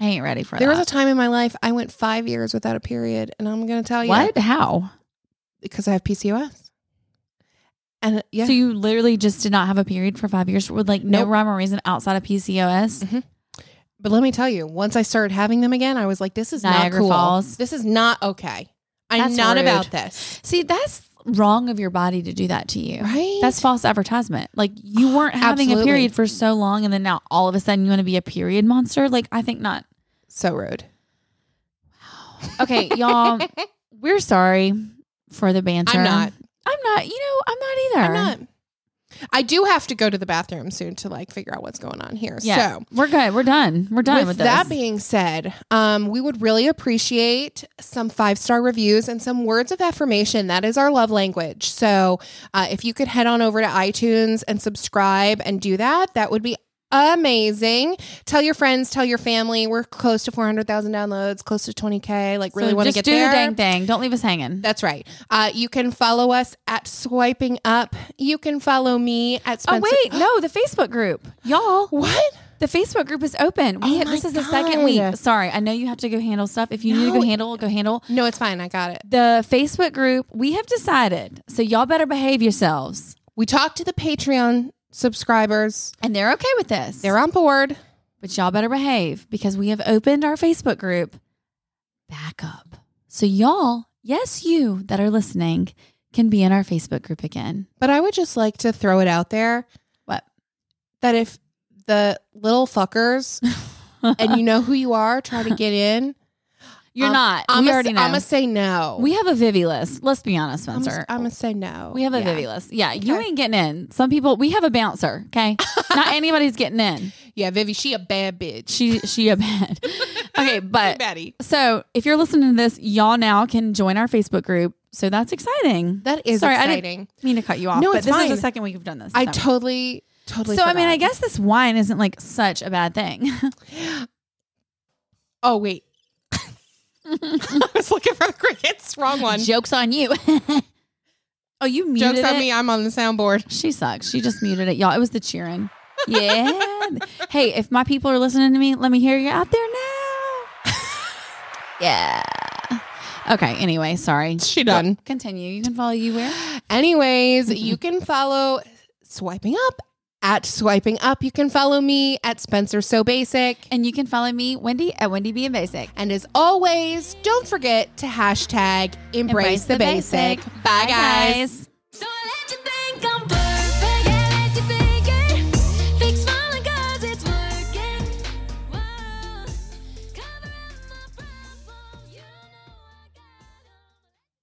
[SPEAKER 2] I ain't ready for
[SPEAKER 3] There was a
[SPEAKER 2] that.
[SPEAKER 3] time in my life I went five years without a period, and I'm going to tell you
[SPEAKER 2] what? How?
[SPEAKER 3] because I have PCOS. And uh, yeah,
[SPEAKER 2] So you literally just did not have a period for five years with like no
[SPEAKER 3] Nope. Mm.
[SPEAKER 2] rhyme or reason outside of PCOS.
[SPEAKER 3] but let me tell you, once I started having them again, I was like, "This is
[SPEAKER 2] Niagara
[SPEAKER 3] not cool.
[SPEAKER 2] Falls.
[SPEAKER 3] This is not okay. I'm
[SPEAKER 2] That's
[SPEAKER 3] not
[SPEAKER 2] rude.
[SPEAKER 3] about this."
[SPEAKER 2] See, that's wrong of your body to do that to you.
[SPEAKER 3] Right?
[SPEAKER 2] That's false advertisement. Like you weren't having
[SPEAKER 3] Absolutely.
[SPEAKER 2] a period for so long, and then now all of a sudden you want to be a period monster. Like I think not.
[SPEAKER 3] so rude.
[SPEAKER 2] Okay,
[SPEAKER 3] (laughs)
[SPEAKER 2] y'all, we're sorry for the banter.
[SPEAKER 3] I'm not.
[SPEAKER 2] I'm not. You know, I'm not either.
[SPEAKER 3] I'm not. I do have to go to the bathroom soon to like figure out what's going on here.
[SPEAKER 2] Yeah,
[SPEAKER 3] So
[SPEAKER 2] we're good. We're done. We're done with, this.
[SPEAKER 3] that being said, um, we would really appreciate some five star reviews and some words of affirmation. That is our love language. So uh, if you could head on over to iTunes and subscribe and do that, that would be amazing. Tell your friends, tell your family. We're close to 400,000 downloads, close to 20K. Like, really
[SPEAKER 2] So
[SPEAKER 3] want to
[SPEAKER 2] just
[SPEAKER 3] get
[SPEAKER 2] do
[SPEAKER 3] there.
[SPEAKER 2] the dang thing. Don't leave us hanging.
[SPEAKER 3] That's right. Uh, you can follow us at Swiping Up. You can follow me at
[SPEAKER 2] oh
[SPEAKER 3] Spencer.
[SPEAKER 2] wait, no, the Facebook group, y'all.
[SPEAKER 3] What?
[SPEAKER 2] The Facebook group is open. We
[SPEAKER 3] Oh
[SPEAKER 2] ha-
[SPEAKER 3] my
[SPEAKER 2] this is the
[SPEAKER 3] God.
[SPEAKER 2] second week. Sorry, I know you have to go handle stuff. If you need to go
[SPEAKER 3] No.
[SPEAKER 2] handle, go handle.
[SPEAKER 3] No, it's fine. I got it.
[SPEAKER 2] The Facebook group, we have decided. So y'all better behave yourselves.
[SPEAKER 3] We talked to the Patreon subscribers.
[SPEAKER 2] And they're okay with this.
[SPEAKER 3] They're on board.
[SPEAKER 2] But y'all better behave because we have opened our Facebook group back up. So y'all, yes, you that are listening can be in our Facebook group again.
[SPEAKER 3] But I would just like to throw it out there
[SPEAKER 2] What?
[SPEAKER 3] that if the
[SPEAKER 2] (laughs)
[SPEAKER 3] little fuckers and you know who you are try to get in,
[SPEAKER 2] You're
[SPEAKER 3] I'm-
[SPEAKER 2] not.
[SPEAKER 3] I'm
[SPEAKER 2] we already know.
[SPEAKER 3] I'm gonna say no.
[SPEAKER 2] we have a Vivi list. Let's be honest,
[SPEAKER 3] I'm
[SPEAKER 2] Spencer.
[SPEAKER 3] gonna say no.
[SPEAKER 2] we have a
[SPEAKER 3] Yeah.
[SPEAKER 2] Vivi list. Yeah, you
[SPEAKER 3] Okay.
[SPEAKER 2] ain't getting in. Some people. We have a bouncer. (laughs) Okay, not anybody's getting in.
[SPEAKER 3] Yeah, Vivi, she a bad bitch.
[SPEAKER 2] She she a (laughs) bad.
[SPEAKER 3] (laughs)
[SPEAKER 2] Okay, but
[SPEAKER 3] Betty.
[SPEAKER 2] so if you're listening to this, y'all now can join our Facebook group. So that's exciting.
[SPEAKER 3] That is
[SPEAKER 2] Sorry, I
[SPEAKER 3] exciting.
[SPEAKER 2] didn't mean to cut you off.
[SPEAKER 3] No,
[SPEAKER 2] but
[SPEAKER 3] it's
[SPEAKER 2] this
[SPEAKER 3] fine.
[SPEAKER 2] is the second week we've done this.
[SPEAKER 3] I
[SPEAKER 2] so.
[SPEAKER 3] totally, totally.
[SPEAKER 2] So I mean,
[SPEAKER 3] forgot.
[SPEAKER 2] I guess this wine isn't like such a bad (laughs) thing. (laughs)
[SPEAKER 3] Oh wait, (laughs) I was looking for the crickets. Wrong one.
[SPEAKER 2] Jokes on you. oh, you muted
[SPEAKER 3] Jokes on
[SPEAKER 2] it?
[SPEAKER 3] me. I'm on the soundboard.
[SPEAKER 2] She sucks. She just muted it, y'all. It was the (laughs) cheering. Yeah. hey, if my people are listening to me, let me hear you out there (laughs) now. yeah. Okay. Anyway, sorry.
[SPEAKER 3] She done.
[SPEAKER 2] Continue. You can follow you where?
[SPEAKER 3] Anyways, you can follow swiping up at swiping up. You can follow me at Spencer So Basic.
[SPEAKER 2] And you can follow me, Wendy, at Wendy Be a Basic.
[SPEAKER 3] And as always, don't forget to hashtag embrace, the, basic. Bye, guys.
[SPEAKER 1] So I let you think I'm perfect. Yeah, let you think it. Fix smiling 'cause it's working. Whoa. Covering my problem. You know I got 'em.